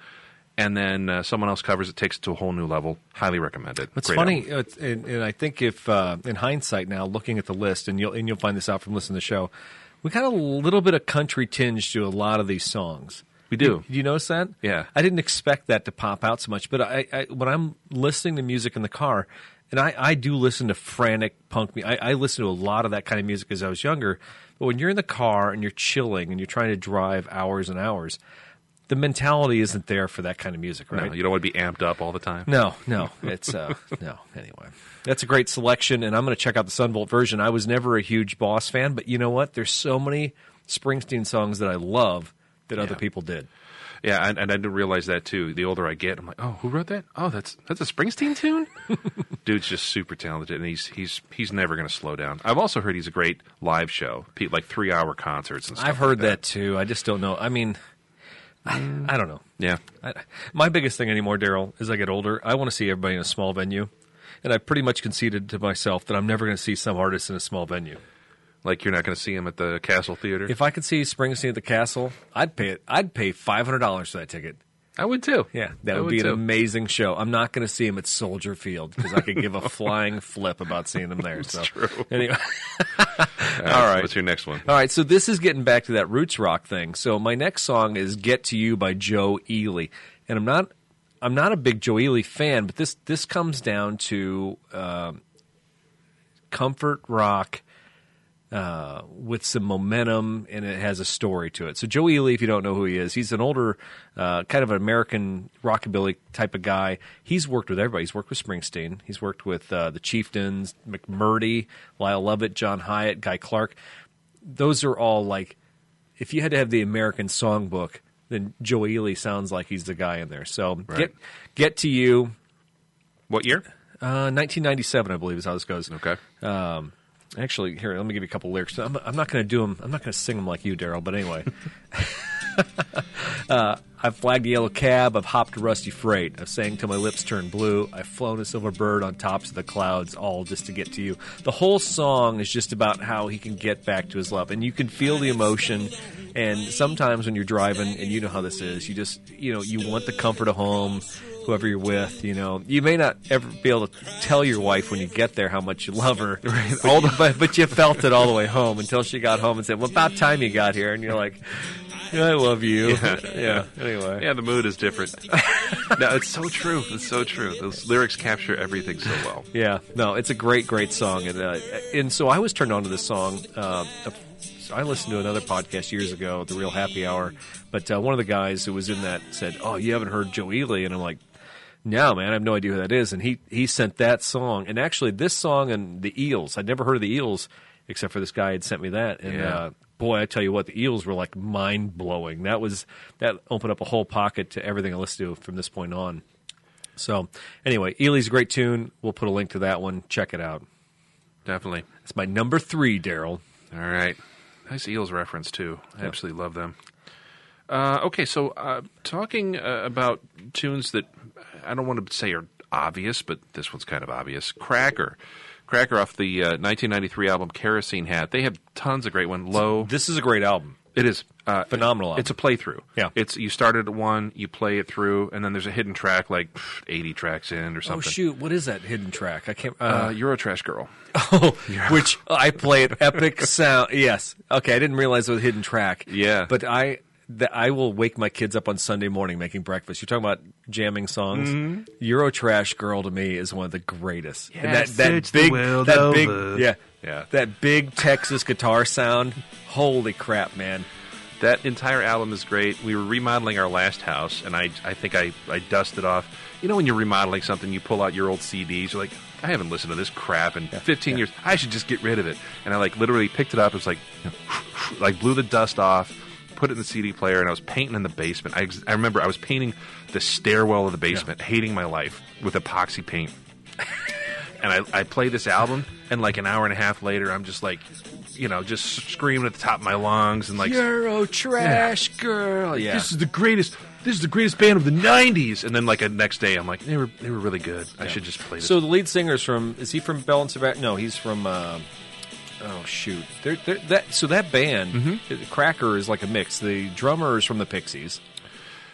And then uh, someone else covers it, takes it to a whole new level. Highly recommend it.
It's
Great
funny,
album.
uh, it's- and, and I think if uh, in hindsight now, looking at the list, and you'll and you'll find this out from listening to the show, we got a little bit of country tinge to a lot of these songs.
We do.
You, you notice that?
Yeah.
I didn't expect that to pop out so much, but I, I when I'm listening to music in the car, and I, I do listen to frantic punk. mu- I, I listened to a lot of that kind of music as I was younger. But when you're in the car and you're chilling and you're trying to drive hours and hours, the mentality isn't there for that kind of music, right?
No, you don't want to be amped up all the time.
No, no, it's uh, (laughs) no. Anyway, that's a great selection, and I'm going to check out the Sunvolt version. I was never a huge Boss fan, but you know what? There's so many Springsteen songs that I love that other people did.
Yeah, and, and I didn't realize that too. The older I get, I'm like, oh, who wrote that? Oh, that's that's a
(laughs)
Springsteen tune. Dude's just super talented, and he's he's he's never going to slow down. I've also heard he's a great live show, pe- like three hour concerts and stuff.
I've
like
heard that. too. I just don't know. I mean,
Mm.
I, I don't know.
Yeah,
I, my biggest thing anymore, Daryl, as I get older, I want to see everybody in a small venue. And I pretty much conceded to myself that I'm never going to see some artists in a small venue.
like you're not going to see him at the Castle Theater.
If I could see Springsteen at the Castle, I'd pay it. I'd pay five hundred dollars for that ticket.
I would too.
Yeah, that
I
would, be an
too.
amazing show. I'm not going to see him at Soldier Field because I could give
(laughs)
a flying flip about seeing them there. so
true.
anyway,
All
all right.
what's your next one?
All right, so this is getting back to that roots rock thing. So my next song is "Get to You" by Joe Ely, and I'm not I'm not a big Joe Ely fan, but this this comes down to um comfort rock uh, with some momentum, and it has a story to it. So Joe Ely, if you don't know who he is, he's an older uh, kind of an American rockabilly type of guy. He's worked with everybody. He's worked with Springsteen. He's worked with uh, the Chieftains, McMurdy, Lyle Lovett, John Hyatt, Guy Clark those are all like if you had to have the American songbook, then Joe Ely sounds like he's the guy in there. So get get to you.
What year? Uh,
Uh, 1997, I believe, is how this goes.
Okay.
Actually, here, let me give you a couple lyrics. I'm, I'm not going to do them. I'm not going to sing them like you, Daryl. But anyway, I've flagged a yellow cab. I've hopped a rusty freight. I've sang till my lips turn blue. I've flown a silver bird on tops of the clouds, all just to get to you. The whole song is just about how he can get back to his love, and you can feel the emotion. And sometimes when you're driving, and you know how this is, you just you know you want the comfort of home, whoever you're with. You know you may not ever be able to tell your wife when you get there how much you love her, (laughs) but, you, but, but you felt it all the way home until she got home and said, "Well, about time you got here," and you're like. I love you. Yeah. Anyway.
Yeah, the mood is different. no, it's so true. It's so true. Those lyrics capture everything so well.
Yeah. No, it's a great, great song, and uh, and so I was turned on to this song. Uh, so I listened to another podcast years ago, The Real Happy Hour, but uh, one of the guys who was in that said, "Oh, you haven't heard Joe Ely," and I'm like. No, man, I have no idea who that is. And he, he sent that song. And actually, this song and the Eels, I'd never heard of the Eels except for this guy had sent me that. And
Yeah.
uh, boy, I tell you what, the Eels were like mind blowing. That was that opened up a whole pocket to everything I listened to from this point on. So, anyway, Ely's a great tune. We'll put a link to that one. Check it out.
Definitely.
It's my number three, Daryl.
All right. Nice Eels reference, too. I absolutely love them. Uh, okay, so uh, talking uh, about tunes that I don't want to say are obvious, but this one's kind of obvious. Cracker. Cracker off the uh, 1993 album Kerosene Hat. They have tons of great ones. Low.
This is a great album.
It is uh,
Phenomenal album.
It's a playthrough.
Yeah.
It's you start it at one, you play it through, and then there's a hidden track like pff, 80 tracks in or
Oh
something.
shoot, what is that hidden track? I can't.
Uh,
Uh,
Eurotrash Girl.
(laughs) oh, which I play at (laughs) Epic Sound. Yes. Okay, I didn't realize it was a hidden track.
Yeah.
But I. That I will wake my kids up on Sunday morning making breakfast. You're talking about jamming songs. Eurotrash Girl to me is one of the greatest. And
Yes,
that
it's the
big,
world
that
over.
big, yeah,
Yeah.
that big Texas guitar sound. Holy crap, man!
That entire album is great. We were remodeling our last house, and I, I think I, I dusted off. You know, when you're remodeling something, you pull out your old CDs. You're like, I haven't listened to this crap in 15 years. I should just get rid of it. And I like literally picked it up. It was like, (laughs) like blew the dust off, put it in the CD player, and I was painting in the basement. I, ex- I remember I was painting the stairwell of the basement, hating my life with epoxy paint. (laughs) and I, I play this album, and like an hour and a half later, I'm just like, you know, just screaming at the top of my lungs and like
Eurotrash Girl, yeah.
this is the greatest. This is the greatest band of the '90s. And then, like, the next day, I'm like, they were they were really good. I should just play this.
So the lead singer's from is he from Bell and Sebastian? No, he's from um oh shoot. They're, they're, that so that band
Mm-hmm.
uh, Cracker is like a mix. The drummer is from the Pixies.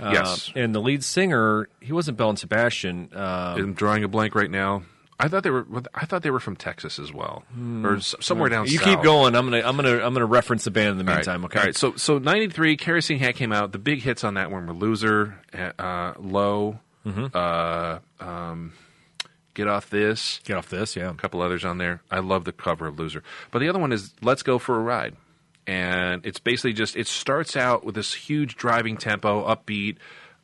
Uh,
yes,
and the lead singer he wasn't Bell and Sebastian. Uh,
I'm drawing a blank right now. I thought they were. I thought they were from Texas as well, or s- somewhere down.
you
south.
keep going. I'm gonna I'm gonna I'm gonna reference the band in the
All right.
meantime. Okay.
All right. So so '93, Kerosene Hat came out. The big hits on that one were Loser, uh, Low,
Mm-hmm.
uh, um, Get Off This.
Get off this, yeah.
a couple others on there. I love the cover of Loser. But the other one is Let's Go for a Ride. And it's basically just it starts out with this huge driving tempo, upbeat.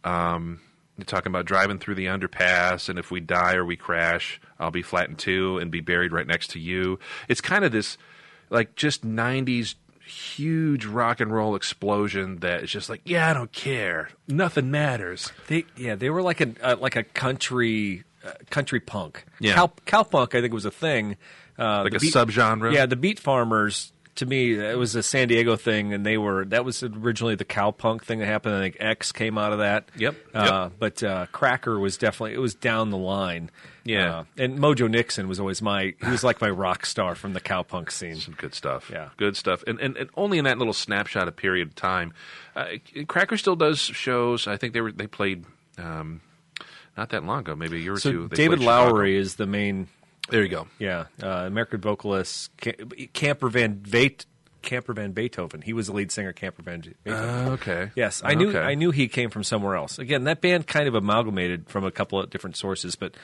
Um, you're talking about driving through the underpass, and if we die or we crash, I'll be flattened too and be buried right next to you. It's kind of this like just '90s huge rock and roll explosion that is just like, yeah, I don't care. Nothing matters.
They yeah, they were like a uh, like a country uh, country punk.
Yeah.
cow, cow punk I think was a thing. Uh,
Like
the
a subgenre?
Yeah, the beat farmers. To me, it was a San Diego thing, and they were that was originally the cow punk thing that happened. I think X came out of that.
Yep.
Uh, But uh, Cracker was definitely it was down the line.
Yeah.
Uh, and Mojo Nixon was always my he was like my rock star from the cow punk scene.
Some good stuff.
Yeah.
Good stuff. And, and, and only in that little snapshot of period of time. Uh, Cracker still does shows. I think they were they played um, not that long ago, maybe a year or
So
two. They
David
played Chicago.
Lowery is the main
There you go.
Yeah, uh, American vocalist Ca- Camper Van Veit, Camper Van Beethoven. He was the lead singer, Camper Van Beethoven.
Uh, okay.
yes, I knew
Okay.
I knew he came from somewhere else. Again, that band kind of amalgamated from a couple of different sources, but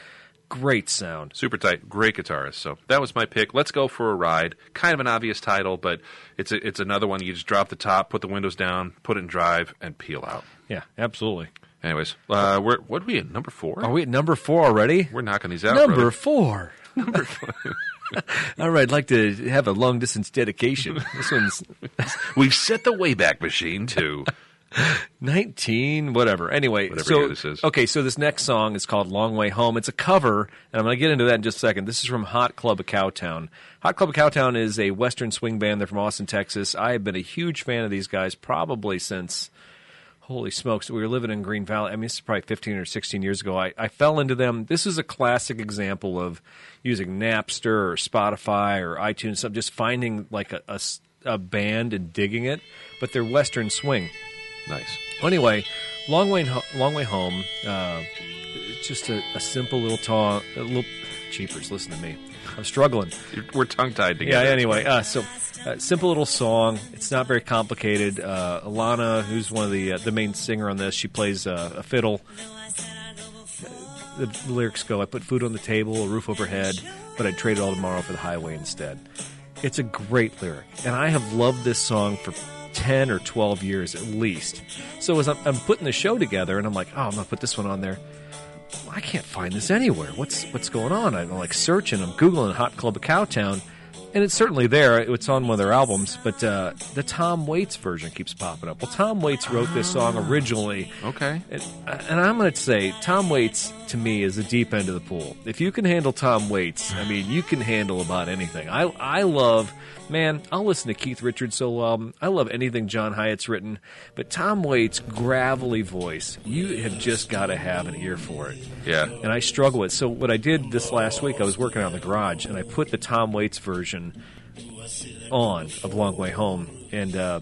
great sound.
Super tight, great guitarist. So that was my pick. Let's go for a ride. Kind of an obvious title, but it's a, it's another one you just drop the top, put the windows down, put it in drive, and peel out.
Yeah, absolutely.
Anyways, uh, we're what are we at number four?
Are we at number four already?
We're knocking these out.
number
brother.
four. Number four. (laughs) All right, I'd like to have a long distance dedication. This one's
We've set the Wayback Machine to
19 whatever anyway
Whatever
so
year this is.
okay so this next song is called long way home it's a cover and i'm going to get into that in just a second this is from hot club of cowtown hot club of cowtown is a western swing band they're from austin texas i've been a huge fan of these guys probably since holy smokes we were living in green valley i mean this is probably 15 or 16 years ago i, I fell into them this is a classic example of using napster or spotify or itunes something just finding like a, a s- a band and digging it but they're western swing
(laughs) nice.
well, anyway, long way, Ho- long way home. Uh, it's just a, a simple little ta a little cheapers. Listen to me, I'm struggling.
You're- (laughs) We're tongue tied
Yeah.
together.
Anyway, uh, so uh, simple little song. It's not very complicated. Uh, Alana, who's one of the uh, the main singer on this, she plays uh, a fiddle. The lyrics go: "I put food on the table, a roof overhead, but I'd trade it all tomorrow for the highway instead." It's a great lyric, and I have loved this song for. 10 or 12 years at least. So, as I'm, I'm putting the show together, and I'm like, oh, I'm going to put this one on there. I can't find this anywhere. What's what's going on? I'm like searching. I'm googling Hot Club of Cowtown, and it's certainly there. It's on one of their albums, but uh, the Tom Waits version keeps popping up. Well, Tom Waits wrote this song originally.
Okay.
And, and I'm going to say Tom Waits to me is the deep end of the pool. If you can handle Tom Waits, I mean, you can handle about anything. I I love, man. I'll listen to Keith Richards solo album. I love anything John Hyatt's written, but Tom Waits' gravelly voice, you have just got to have an ear for it.
Yeah.
And I struggle with. So what I did this last week, I was working on the garage, and I put the Tom Waits version on of Long Way Home, and. uh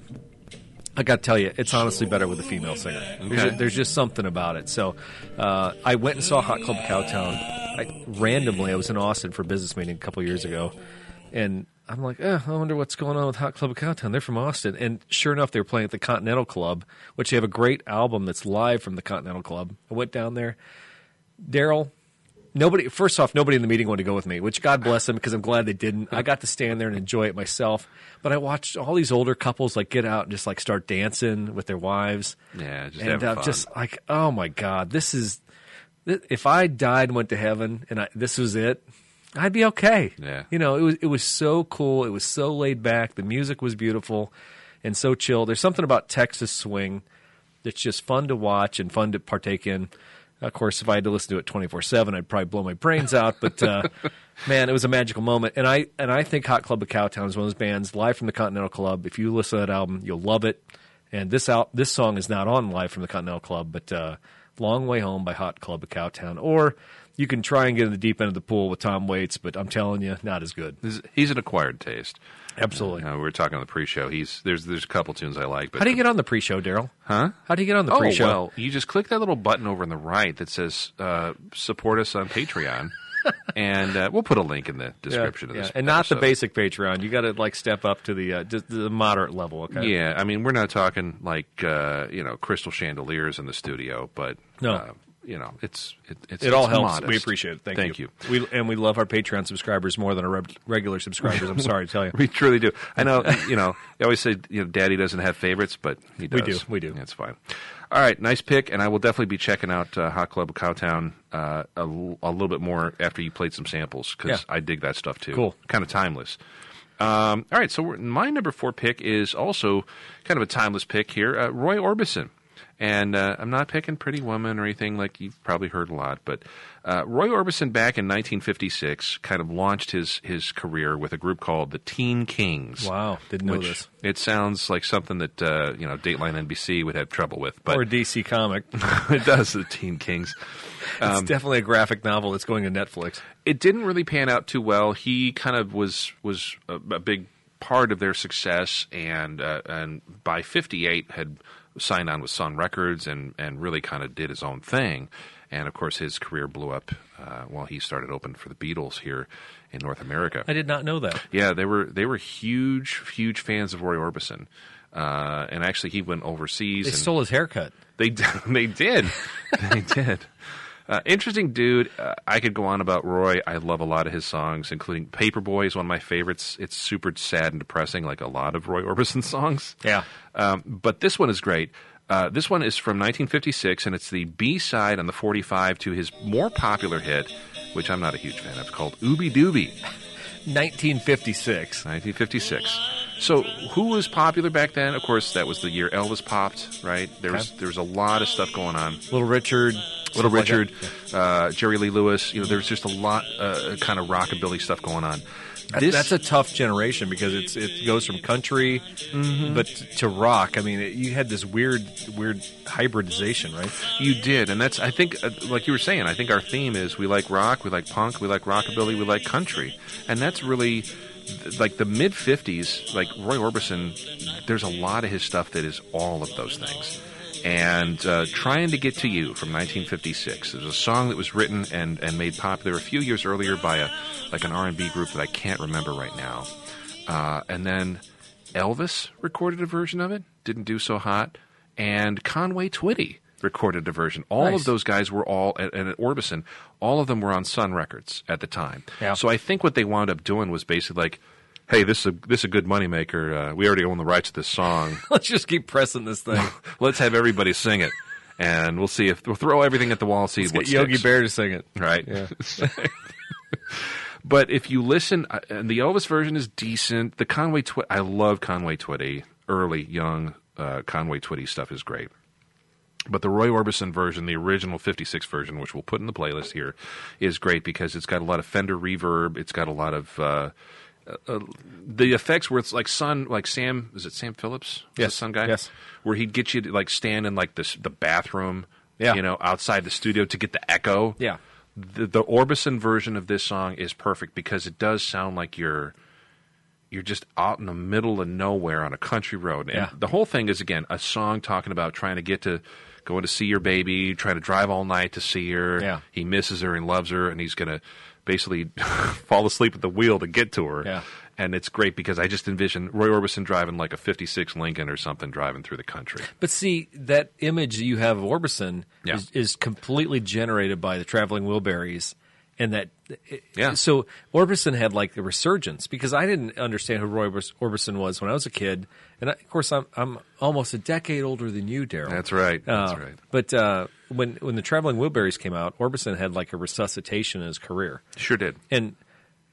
I got to tell you, it's honestly better with a female singer. There's,
Okay.
there's just something about it. So uh, I went and saw Hot Club Cowtown. I, randomly, I was in Austin for a business meeting a couple years ago, and I'm like, eh, I wonder what's going on with Hot Club Cowtown. They're from Austin, and sure enough, they were playing at the Continental Club, which they have a great album that's live from the Continental Club. I went down there. Daryl, nobody. First off, nobody in the meeting wanted to go with me, which God bless them because I'm glad they didn't. I got to stand there and enjoy it myself. But I watched all these older couples like get out and just like start dancing with their wives.
Yeah, just
and
having
uh,
fun.
just like, oh my God, this is. th- If I died and went to heaven and I, this was it, I'd be okay.
Yeah.
you know, it was it was so cool. It was so laid back. The music was beautiful and so chill. There's something about Texas swing that's just fun to watch and fun to partake in. Of course, if I had to listen to it 24 seven, I'd probably blow my brains out. But
(laughs)
uh, man, it was a magical moment. And I and I think Hot Club of Cowtown is one of those bands live from the Continental Club. If you listen to that album, you'll love it. And this out this song is not on live from the Continental Club, but uh, Long Way Home by Hot Club of Cowtown. Or you can try and get in the deep end of the pool with Tom Waits, but I'm telling you, not as good.
This- He's an acquired taste.
Absolutely.
Uh, we were talking on the pre-show. He's there's there's a couple tunes I like, but
How do you get on the pre-show, Daryl?
Huh?
How do you get on the
oh
pre-show?
well, you just click that little button over on the right that says uh, "Support us
(laughs)
on Patreon," and uh, we'll put a link in the description of this.
and not the
episode.
basic Patreon. You got to like step up to the uh, just the moderate level. Okay.
Yeah, I mean, we're not talking like uh, you know crystal chandeliers in the studio, but
No.
uh, you know, it's it, it's
It all
it's
helps.
modest.
We appreciate it. Thank,
Thank you.
We and we love our Patreon subscribers more than our reg- regular subscribers.
(laughs)
I'm sorry to tell you.
We truly do. I know, you know, you always say, you know, daddy doesn't have favorites, but he
We
does.
do, we do.
That's fine. All right, nice pick, and I will definitely be checking out uh, Hot Club Cowtown uh, a, l- a little bit more after you played some samples because
Yeah.
I dig that stuff too.
Cool.
Kind of timeless. Um, all right, so we're, my number four pick is also kind of a timeless pick here uh, Roy Orbison. And uh, I'm not picking Pretty Woman or anything like you've probably heard a lot, but uh, Roy Orbison back in 1956 kind of launched his, his career with a group called the Teen Kings.
Wow, didn't know
which
this.
It sounds like something that uh, you know Dateline NBC would have trouble with, but
or a DC comic. (laughs) It's
(laughs) it does the Teen Kings. Um,
definitely a graphic novel that's going to Netflix.
it didn't really pan out too well. He kind of was was a, a big part of their success, and uh, and by '58 had signed on with Sun Records and and really kind of did his own thing. And of course, his career blew up uh, while he started open for the Beatles here in North America.
I did not know that.
Yeah, they were they were huge huge fans of Roy Orbison. Uh, and actually, he went overseas.
They
and,
stole his haircut.
they d- (laughs) they did. they did. Uh, interesting dude. Uh, I could go on about Roy. I love a lot of his songs, including Paperboy is one of my favorites. It's super sad and depressing, like a lot of Roy Orbison (laughs) songs.
Yeah.
Um, but this one is great. Uh, this one is from 1956, and it's the B side on the 45 to his more popular hit, which I'm not a huge fan of, called Ooby Dooby.
1956.
1956. So, who was popular back then? Of course, that was the year Elvis popped, right? There was
Okay.
there was a lot of stuff going on.
Little Richard.
Little
stuff like
Richard,
that.
uh, Jerry Lee Lewis. You know, there's just a lot uh, kind of rockabilly stuff going on.
That- that's a tough generation because it's it goes from country, but to rock. I mean, it, you had this weird weird hybridization, right?
you did, and that's I think uh, like you were saying. I think our theme is we like rock, we like punk, we like rockabilly, we like country, and that's really th- like the mid '50s. Like Roy Orbison, there's a lot of his stuff that is all of those things. And uh, trying to get to you from 1956. There's a song that was written and, and made popular a few years earlier by a like an R&B group that I can't remember right now. Uh, and then Elvis recorded a version of it, didn't do so hot, and Conway Twitty recorded a version. All
Nice.
of those guys were all, and, and at Orbison, all of them were on Sun Records at the time.
Yeah.
So I think what they wound up doing was basically like, hey, this is a, this is a good moneymaker. Uh, we already own the rights to this
(laughs)
song. (laughs)
Let's just keep pressing this thing.
Let's have everybody sing it. And we'll see if we'll throw everything at the wall, and see what
Get Yogi
sticks
Bear to sing it.
right? (laughs) but if you listen, uh, and the Elvis version is decent. The Conway Twitty, I love Conway Twitty. Early, young uh, Conway Twitty stuff is great. But the Roy Orbison version, the original 56 version, which we'll put in the playlist here, is great because it's got a lot of Fender reverb. It's got a lot of. Uh, uh, the effects where it's like sun, like Sam, is it Sam Phillips? Was
Yes,
the sun guy.
yes.
where he'd get you to like stand in like this the bathroom,
Yeah.
you know, outside the studio to get the echo
Yeah.
the, the Orbison version of this song is perfect because it does sound like you're you're just out in the middle of nowhere on a country road. And
Yeah.
the whole thing is again a song talking about trying to get to going to see your baby, trying to drive all night to see her.
Yeah.
He misses her and loves her and he's gonna basically (laughs) fall asleep at the wheel to get to her.
Yeah.
And it's great because I just envision Roy Orbison driving like a fifty six Lincoln or something driving through the country.
But see, that image that you have of Orbison
Yeah.
is, is completely generated by the traveling Wilburys. And that,
Yeah.
So Orbison had like a resurgence because I didn't understand who Roy Orbis- Orbison was when I was a kid, and I, of course I'm I'm almost a decade older than you, Daryl.
That's right. That's
Uh,
right.
But uh, when when the traveling Wilburys came out, Orbison had like a resuscitation in his career,
Sure did.
and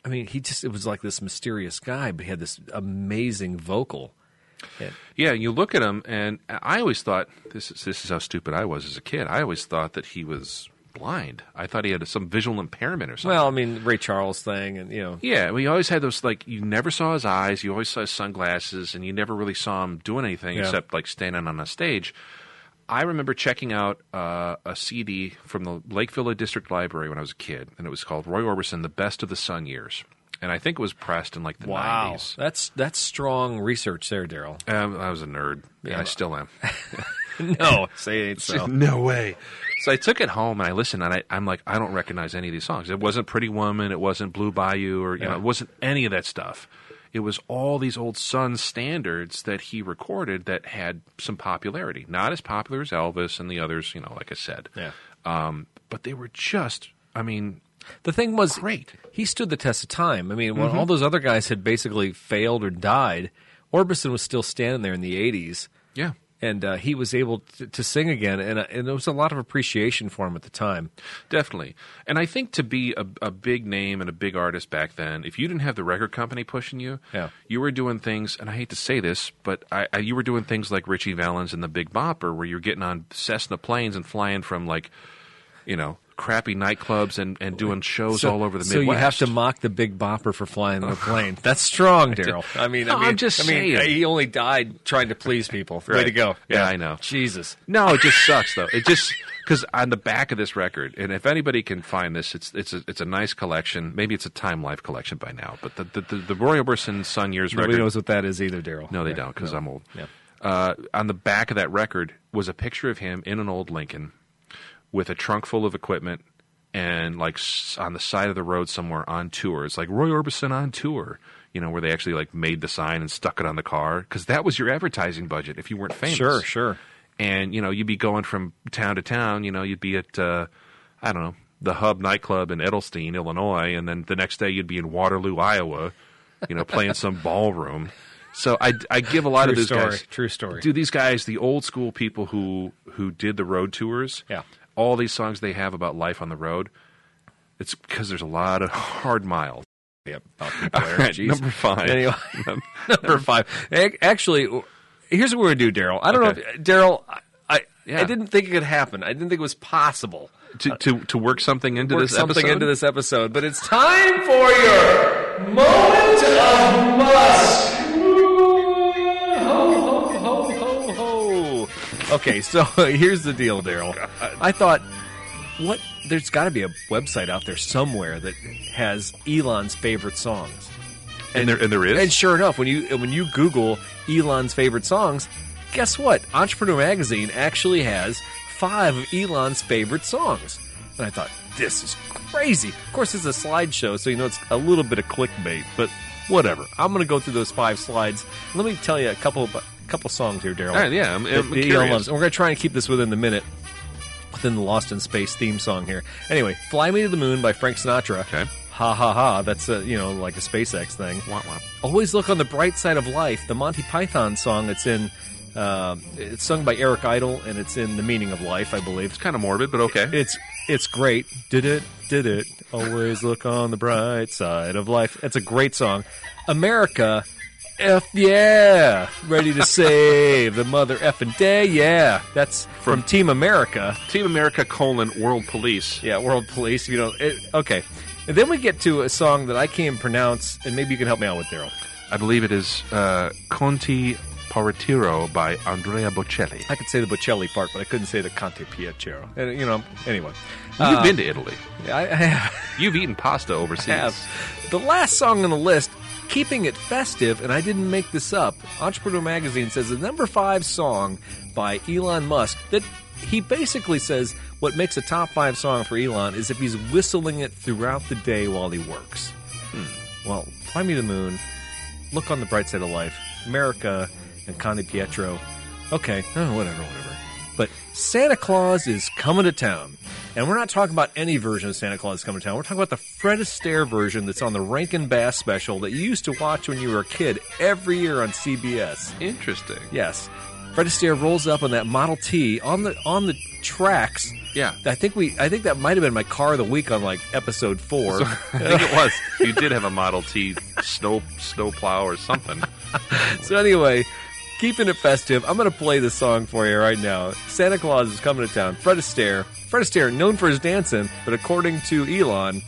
I mean he just it was like this mysterious guy, but he had this amazing vocal.
Yeah, you look at him, and I always thought this is this is how stupid I was as a kid. I always thought that he was blind. I thought he had some visual impairment or something.
Well, I mean Ray Charles thing, and you know
yeah, well, he always had those like you never saw his eyes. You always saw his sunglasses, and you never really saw him doing anything
Yeah.
except like standing on a stage. I remember checking out uh, a CD from the Lake Villa District Library when I was a kid, and it was called Roy Orbison: The Best of the Sun Years, and I think it was pressed in like the
Wow,
nineties.
that's that's strong research there, Daryl.
Um, I was a nerd.
Yeah.
I still am.
(laughs) No, say it ain't so.
No way. So I took it home and I listened, and I, I'm like, I don't recognize any of these songs. It wasn't Pretty Woman, it wasn't Blue Bayou, or you know,
Yeah.
it wasn't any of that stuff. It was all these old Sun standards that he recorded that had some popularity. Not as popular as Elvis and the others, you know, like I said.
Yeah.
Um, but they were just, I mean,
The thing was,
Great. Mm-hmm.
He stood the test of time. I mean, when all those other guys had basically failed or died, Orbison was still standing there in the '80s,
yeah.
and uh, he was able to, to sing again, and, uh, and there was a lot of appreciation for him at the time.
Definitely. And I think to be a, a big name and a big artist back then, if you didn't have the record company pushing you,
Yeah.
you were doing things, and I hate to say this, but I, I, you were doing things like Richie Valens and the Big Bopper, where you're getting on Cessna planes and flying from like, you know, crappy nightclubs and, and doing shows all over the Midwest.
So you have to mock the Big Bopper for flying on (laughs)
(laughs)
a plane. Oh, That's strong, Daryl. I mean,
No,
I mean,
I'm just
I mean,
saying.
he only died trying to please people. (laughs) Way
Right.
to go!
Yeah, I know.
Jesus.
No, it just sucks though. It just because on the back of this record, and if anybody can find this, it's it's a, it's a nice collection. Maybe it's a Time Life collection by now, but the the, the, the Roy Orbison Sun Years
Nobody
record.
knows what that is either, Daryl.
No, they
Yeah,
don't because
no.
I'm old.
Yeah.
Uh, on the back of that record was a picture of him in an old Lincoln with a trunk full of equipment and like s- on the side of the road somewhere on tour. It's like Roy Orbison on tour. You know where they actually like made the sign and stuck it on the car because that was your advertising budget if you weren't famous
Sure, sure.
and you know you'd be going from town to town. You know you'd be at uh, I don't know the Hub nightclub in Edelstein, Illinois, and then the next day you'd be in Waterloo, Iowa. You know
(laughs)
playing some ballroom. So I, I give a lot of
True
these
story,
guys
true story.
Do these guys the old school people who who did the road tours?
Yeah.
all these songs they have about life on the road. It's because there's a lot of
(laughs)
hard miles.
Yep. About people there.
(laughs) All right,
Jeez.
number
(laughs)
five. (laughs)
Anyway, number five. Ac- Actually, w- here's what we're gonna do, Daryl. I don't know,
Okay.
if Daryl. I, I,
Yeah.
I didn't think it could happen. I didn't think it was possible.
To, to to work something into
work
this
something
episode?
into this episode, but it's time for your moment of must. Ho, ho, ho, ho, ho. Okay, so (laughs) here's the deal, Daryl. I thought, what? There's got to be a website out there somewhere that has Elon's favorite songs.
and, there and there is
And sure enough, when you when you Google Elon's favorite songs, guess what? Entrepreneur Magazine actually has five of Elon's favorite songs. And I thought, this is crazy. Of course, it's a slideshow, so you know it's a little bit of clickbait, but whatever. I'm going to go through those five slides. Let me tell you a couple of, a couple songs here, Daryl.
All right, yeah, I'm-
that-
I'm
that Elon
curious.
loves. And we're going to try and keep this within the minute within the Lost in Space theme song here. Anyway, "Fly Me to the Moon" by Frank Sinatra.
Okay.
Ha ha ha! That's a you know like a SpaceX thing.
Wah, wah.
Always look on the bright side of life. The Monty Python song. It's in. Uh, it's sung by Eric Idle, and it's in "The Meaning of Life," I believe.
It's kind of morbid, but okay.
It's it's great. Did it? Did it? Always look on the bright side of life. It's a great song. America, f yeah, ready (laughs) to save the mother effing day. Yeah, that's from Team America.
Team America colon World Police.
Yeah, World Police. You know, it, okay. And then we get to a song that I can't pronounce, and maybe you can help me out with Daryl.
I believe it is uh, Conti Paratiro by Andrea Bocelli.
I could say the Bocelli part, but I couldn't say the Conte Piacero. And you know, anyway,
You've been to Italy.
I, I have.
You've eaten pasta overseas.
have. The last song on the list, Keeping It Festive, and I didn't make this up. Entrepreneur Magazine says the number five song by Elon Musk that he basically says what makes a top five song for Elon is if he's whistling it throughout the day while he works. Well, Fly Me to the Moon, Look on the Bright Side of Life, America, and Connie Pietro. Okay, oh, whatever, whatever. But Santa Claus is coming to town. And we're not talking about any version of Santa Claus is coming to town. We're talking about the Fred Astaire version that's on the Rankin Bass special that you used to watch when you were a kid every year on CBS.
Interesting.
Yes. Fred Astaire rolls up on that Model T on the on the tracks.
Yeah.
I think we I think that might have been my car of the week on like episode 4.
I think it was. You did have a Model T snow snowplow or something.
So anyway, keeping it festive, I'm going to play this song for you right now. Santa Claus is coming to town. Fred Astaire. Fred Astaire, known for his dancing, but according to Elon,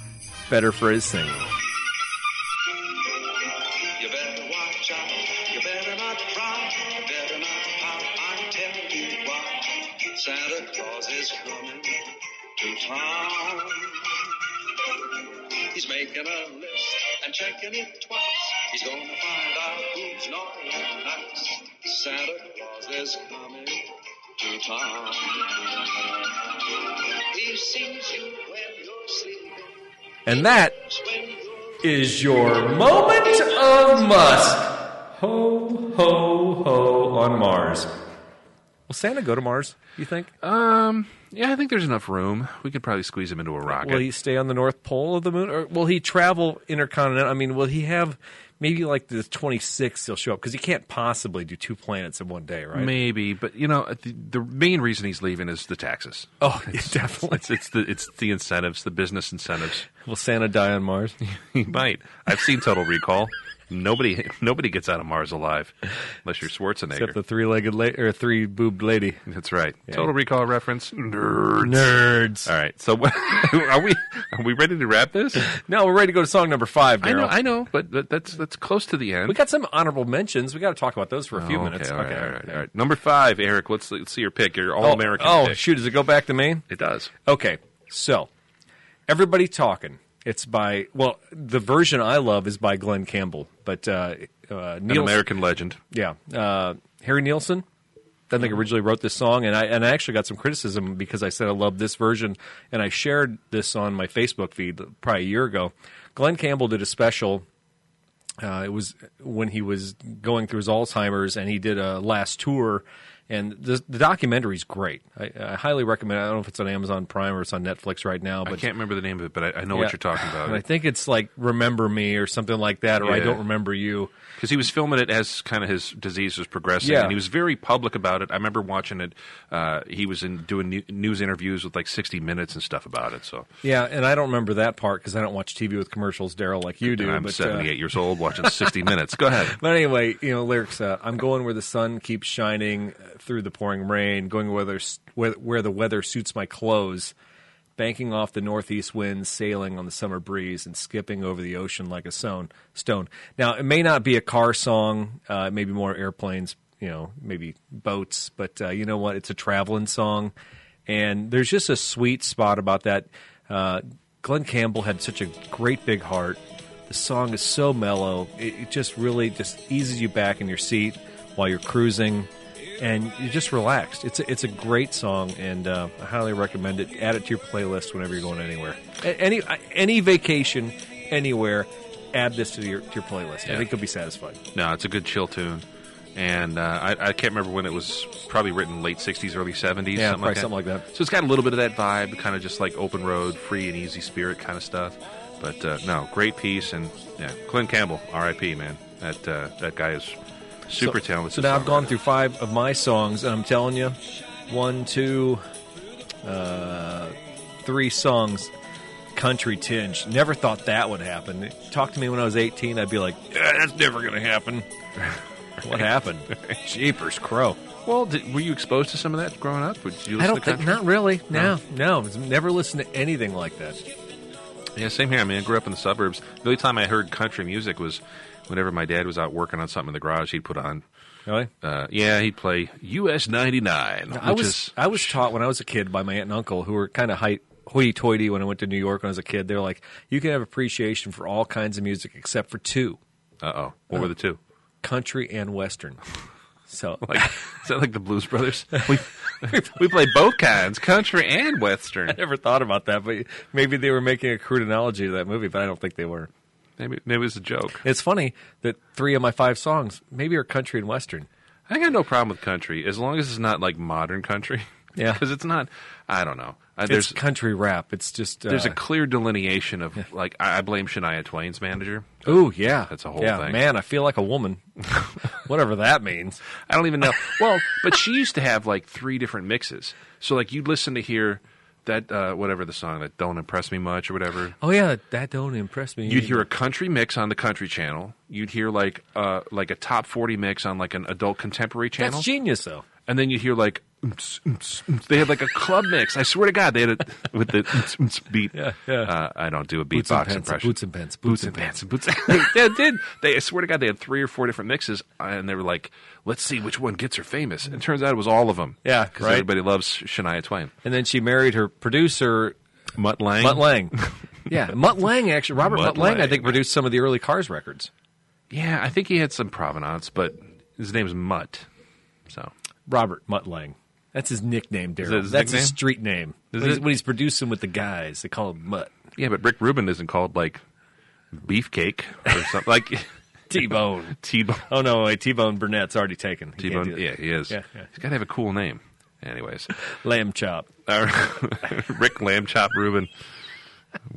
better for his singing.
You better watch out. You better not cry. You better not pout. I'm telling you why. Santa Claus is coming to town. He's making a list and checking it twice. He's gonna find out who's naughty and nice. Santa Claus is coming to town. He sees you when you're sleeping.
And that
When you're
is your moment of must. Ho, ho, ho on Mars. Will Santa go to Mars, you think?
Um, yeah, I think there's enough room. We could probably squeeze him into a rocket.
Will he stay on the North Pole of the moon? Or will he travel intercontinental? I mean, will he have maybe like the 26th he'll show up because he can't possibly do two planets in one day, right?
Maybe, but you know, the, the main reason he's leaving is the taxes. (laughs)
Oh, yeah, definitely.
It's, it's the it's the incentives, the business incentives.
Will Santa die on Mars? (laughs)
(laughs) He might. I've seen Total Recall. Nobody nobody gets out of Mars alive, unless you're Schwarzenegger.
Except the three-legged la- or three-boobed lady.
That's right. Total Recall reference. Nerds.
Nerds.
All right. So (laughs) are we are we ready to wrap this?
Now we're ready to go to song number five, Daryl.
I know, I know, but that, that's that's close to the end.
We got some honorable mentions. We got to talk about those for a few
Oh, okay,
minutes.
All right, all right, all right. Number five, Eric. Let's let's see your pick. Your all American.
Oh, oh,
pick.
shoot! Does it go back to me?
it does.
Okay, so everybody talking. It's by well, the version I love is by Glenn Campbell, but uh, uh,
An
Neil,
American legend.
yeah, uh, Harry Nielsen. I think originally wrote this song, and I and I actually got some criticism because I said I love this version, and I shared this on my Facebook feed probably a year ago. Glenn Campbell did a special uh, it was when he was going through his Alzheimer's, and he did a last tour. And the, the documentary is great. I, I highly recommend. it. I don't know if it's on Amazon Prime or it's on Netflix right now, but
I can't remember the name of it, but I, I know
Yeah.
what you're talking about.
And I think it's like "Remember Me" or something like that, or "I
Yeah.
Don't Remember You."
because he was filming it as kind of his disease was progressing,
Yeah.
and he was very public about it. I remember watching it. Uh, he was in doing new, news interviews with like 60 Minutes and stuff about it. So
Yeah, and I don't remember that part because I don't watch TV with commercials, Daryl, like you do.
and I'm
but, uh,
78 years old
(laughs)
watching 60 Minutes. Go ahead.
But anyway, you know, lyrics. Uh, I'm going where the sun keeps shining uh, through the pouring rain, going where, there's- where, where the weather suits my clothes, banking off the northeast winds, sailing on the summer breeze, and skipping over the ocean like a stone. Stone. Now, it may not be a car song. Uh, maybe more airplanes. You know, maybe boats. But uh, you know what? It's a traveling song, and there's just a sweet spot about that. Uh, Glenn Campbell had such a great big heart. The song is so mellow. It, it just really just eases you back in your seat while you're cruising, and you're just relaxed. It's a, it's a great song, and uh, I highly recommend it. Add it to your playlist whenever you're going anywhere, A- any uh, any vacation, anywhere. Add this to your to your playlist. I
Yeah.
think you'll be satisfied.
No, it's a good chill tune. And uh, I, I can't remember when it was probably written late 60s, early 70s,
Yeah,
something,
probably
like that.
something like that.
So it's got a little bit of that vibe, kind of just like open road, free and easy spirit kind of stuff. But uh, no, great piece. And yeah, Clint Campbell, RIP, man. That uh, that guy is super
so,
talented.
So now I've
songwriter.
gone through five of my songs, and I'm telling you, one, two, uh, three songs, country tinge. Never thought that would happen. Talk to me when I was 18, I'd be like, yeah, that's never going to happen. What
(laughs)
happened? Jeepers, crow.
Well, did, were you exposed to some of that growing up? Or Did you listen
I
to
don't think,
country?
not really. No,
No.
no, never listened to anything like that.
Yeah, same here. I mean, I grew up in the suburbs. The only time I heard country music was whenever my dad was out working on something in the garage, he'd put on.
Really?
Uh, yeah, he'd play US 99.
I
which
was
is,
I was taught when I was a kid by my aunt and uncle who were kind of hoity-toity when I went to New York when I was a kid. They're like, you can have appreciation for all kinds of music except for two.
Uh oh. What were the two?
country and western. (laughs) So
Like, is that like the
(laughs)
Blues Brothers? We, (laughs) we play both kinds, country
(laughs)
and western.
I never thought about that, but maybe they were making a crude analogy to that movie, but I don't think they were.
Maybe, maybe it was a joke.
It's funny that three of my five songs maybe are country and western.
I got no problem with country as long as it's not like modern country. (laughs)
Yeah.
because it's not. I don't know. I,
There's
there's
it's country rap. It's just uh,
there's a clear delineation of like I, I blame Shania Twain's manager.
ooh yeah,
That's a whole
yeah,
thing.
Man, I feel like a (laughs) woman, whatever that means.
I don't even know. Well, but she used to have like three different mixes. So like you'd listen to hear that uh, whatever the song that don't impress me much or whatever.
Oh yeah, that don't impress me.
You'd hear a country mix on the country channel. You'd hear like uh, like a top forty mix on like an adult contemporary channel.
that's genius though.
and then you hear like "Oomph, oomph, oomph." they had like a club mix. I swear to God, they had it with the oomph, oomph beat.
yeah.
Uh, I don't do a
Boots and
beatbox
pants,
impression.
boots and pants,
boots and
(laughs)
pants, boots. they did. They I swear to God, they had three or four different mixes, and they were like, "Let's see which one gets her famous." And it turns out it was all of them.
Yeah,
because
right.
everybody loves Shania Twain.
And then she married her producer
Mutt Lang.
Mutt Lang. (laughs) yeah, Mutt Lang actually Robert Mutt,
Mutt
Lang, I
Lang.
think produced some of the early Cars records.
Yeah, I think he had some provenance, but his name's Mutt. So
Robert Muttlang. That's his nickname, Daryl.
that his
That's his
nickname?
street name.
Is
When he's,
it?
when he's producing with the guys, they call him Mutt.
yeah, but Rick Rubin isn't called like Beefcake or something like (laughs)
T Bone.
T Bone.
Oh no, wait, T Bone Burnett's already taken. He can't
T-Bone.
do that.
Yeah, he is.
Yeah, yeah.
He's got to have a cool name. Anyways, (laughs)
Lamb chop.
Our- Rick Lamb Chop Rubin.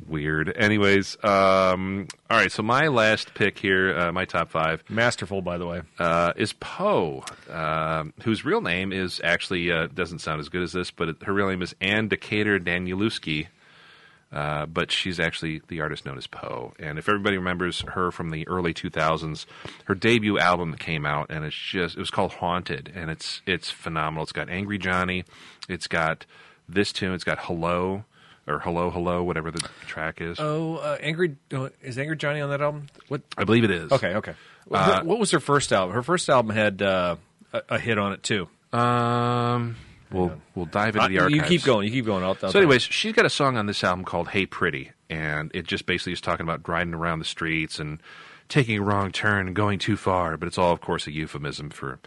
Weird. Anyways, um, all right. So my last pick here, uh, my top five,
Masterful, by the way.
uh, is Poe, um, whose real name is actually uh, doesn't sound as good as this, but it, her real name is Anne Decatur Danielewski. Uh, but she's actually the artist known as Poe, and if everybody remembers her from the early 2000s, her debut album that came out, and it's just it was called Haunted, and it's it's phenomenal. It's got Angry Johnny, it's got this tune, it's got Hello or Hello Hello, whatever the track is.
Oh, uh, Angry uh, is Angry Johnny on that album? What?
I believe it is.
Okay, okay. Her- what was her first album? Her first album had uh, a, a hit on it too.
Um, we'll we'll dive into
Uh,
the archives.
you keep going. You keep going. I'll, I'll
So, anyways, she's got a song on this album called "Hey Pretty," and it just basically is talking about riding around the streets and taking a wrong turn and going too far. But it's all, of course, a euphemism for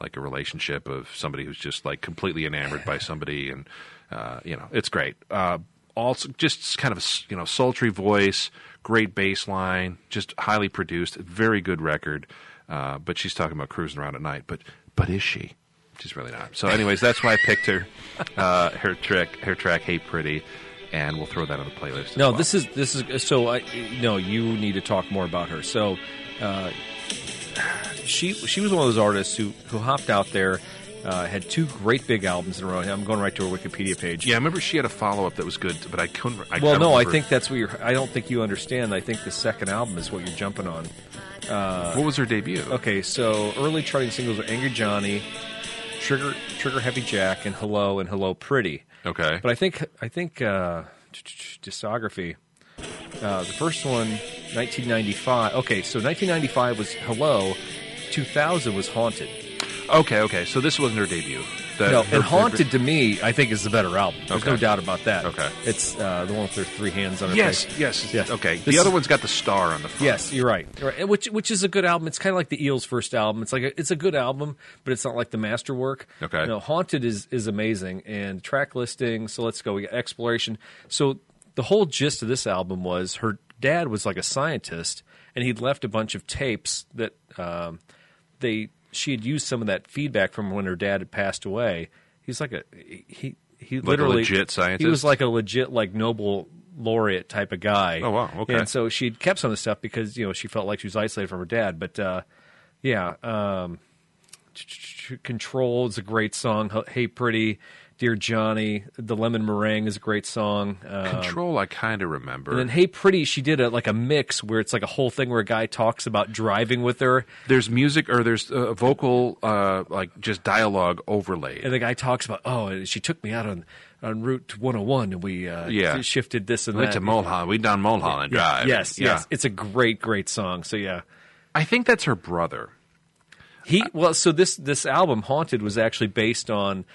like a relationship of somebody who's just like completely enamored by somebody, and uh, you know, it's great. Uh, also, just kind of a s- you know sultry voice, great bass line, just highly produced, very good record. Uh, but she's talking about cruising around at night. But but is she? She's really not. So, anyways, that's why I picked her, uh, her track, her track, "Hey Pretty," and we'll throw that on the playlist. as
No,
well.
this is this is so. I no, you need to talk more about her. So, uh, she she was one of those artists who who hopped out there, uh, had two great big albums in a row. I'm going right to her Wikipedia page.
Yeah, I remember she had a follow up that was good, but I couldn't. I
Well,
don't
no, I
remember-
think that's what you're. I don't think you understand. I think the second album is what you're jumping on.
what was her debut?
Okay, so early charting singles were Angry Johnny, Trigger Trigger Happy Jack, and Hello and Hello Pretty.
Okay.
But I think I think uh, discography. Uh, the first one, 1995. Okay, so 1995 was Hello. 2000 was Haunted.
okay, okay. So this wasn't her debut. The-
No,
her-
and Haunted to me, I think is the better album. There's no
Uh, Okay.
doubt about that.
Okay.
it's uh, the one with her three hands on her
yes,
face.
yes,
Yeah.
yes. Okay,
This-
the other one's got the star on the front.
Yes, you're right. You're right. And Which which is a good album. It's kind of like the Eels' first album. It's like a, it's a good album, but it's not like the masterwork.
Okay.
You know, Haunted is is amazing and track listing. So let's go. We got exploration. So the whole gist of this album was her dad was like a scientist, and he'd left a bunch of tapes that um, they she had used some of that feedback from when her dad had passed away. He's like a he he
a
literally
legit scientist?
He was like a legit like Nobel laureate type of guy.
Oh, wow. Okay.
And so she kept some of the stuff because you know she felt like she was isolated from her dad. But uh, yeah, um, Control is a great song. Hey, pretty, dear Johnny, the Lemon Meringue is a great song. Uh,
Control, I kind of remember.
and then Hey, pretty, she did a like a mix where it's like a whole thing where a guy talks about driving with her,
there's music or there's uh, vocal, uh, like just dialogue overlaid.
and the guy talks about oh, and she took me out on on Route 101, and we uh,
Yeah.
shifted this and
we went
that.
to Mulholland. We done Mulholland Drive.
Yes,
Yeah.
yes, it's a great, great song. So yeah.
I think that's her brother.
He well, so this this album Haunted was actually based on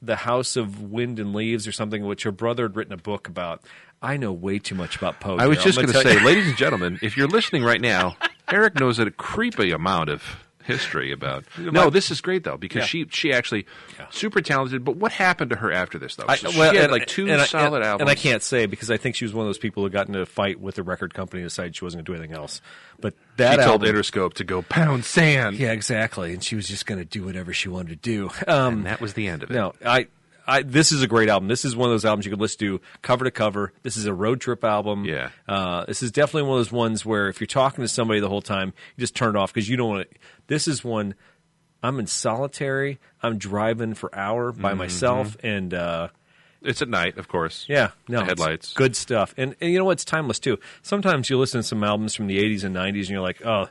the House of Wind and Leaves or something, which her brother had written a book about. I know way too much about Poe.
I was
Darryl.
just
I'm
going
gonna
to
tell
say,
you-
ladies and gentlemen, if you're listening
(laughs)
right now, Eric knows a creepy amount of history
(laughs)
about. No, this is great though because
Yeah.
she she actually super talented. But what happened to her after this though?
I-
So
well,
she had
and-
like two
and I-
solid
and-
albums,
and I can't say because I think she was one of those people who got into a fight with the record company and decided she wasn't going to do anything else. But that
She told
album,
Interscope to go pound sand.
yeah, exactly, and she was just going to do whatever she wanted to do. Um,
and that was the end of it.
No, I, I. This is a great album. This is one of those albums you could listen to cover to cover. This is a road trip album.
Yeah.
Uh, this is definitely one of those ones where if you're talking to somebody the whole time, you just turn it off because you don't want to. This is one. I'm in solitary. I'm driving for hour
Mm-hmm.
by myself, and uh,
It's at night, of course.
yeah, no
The
it's
headlights.
good stuff. And, and you know what's timeless too. Sometimes you listen to some albums from the '80s and '90s, and you're like, oh,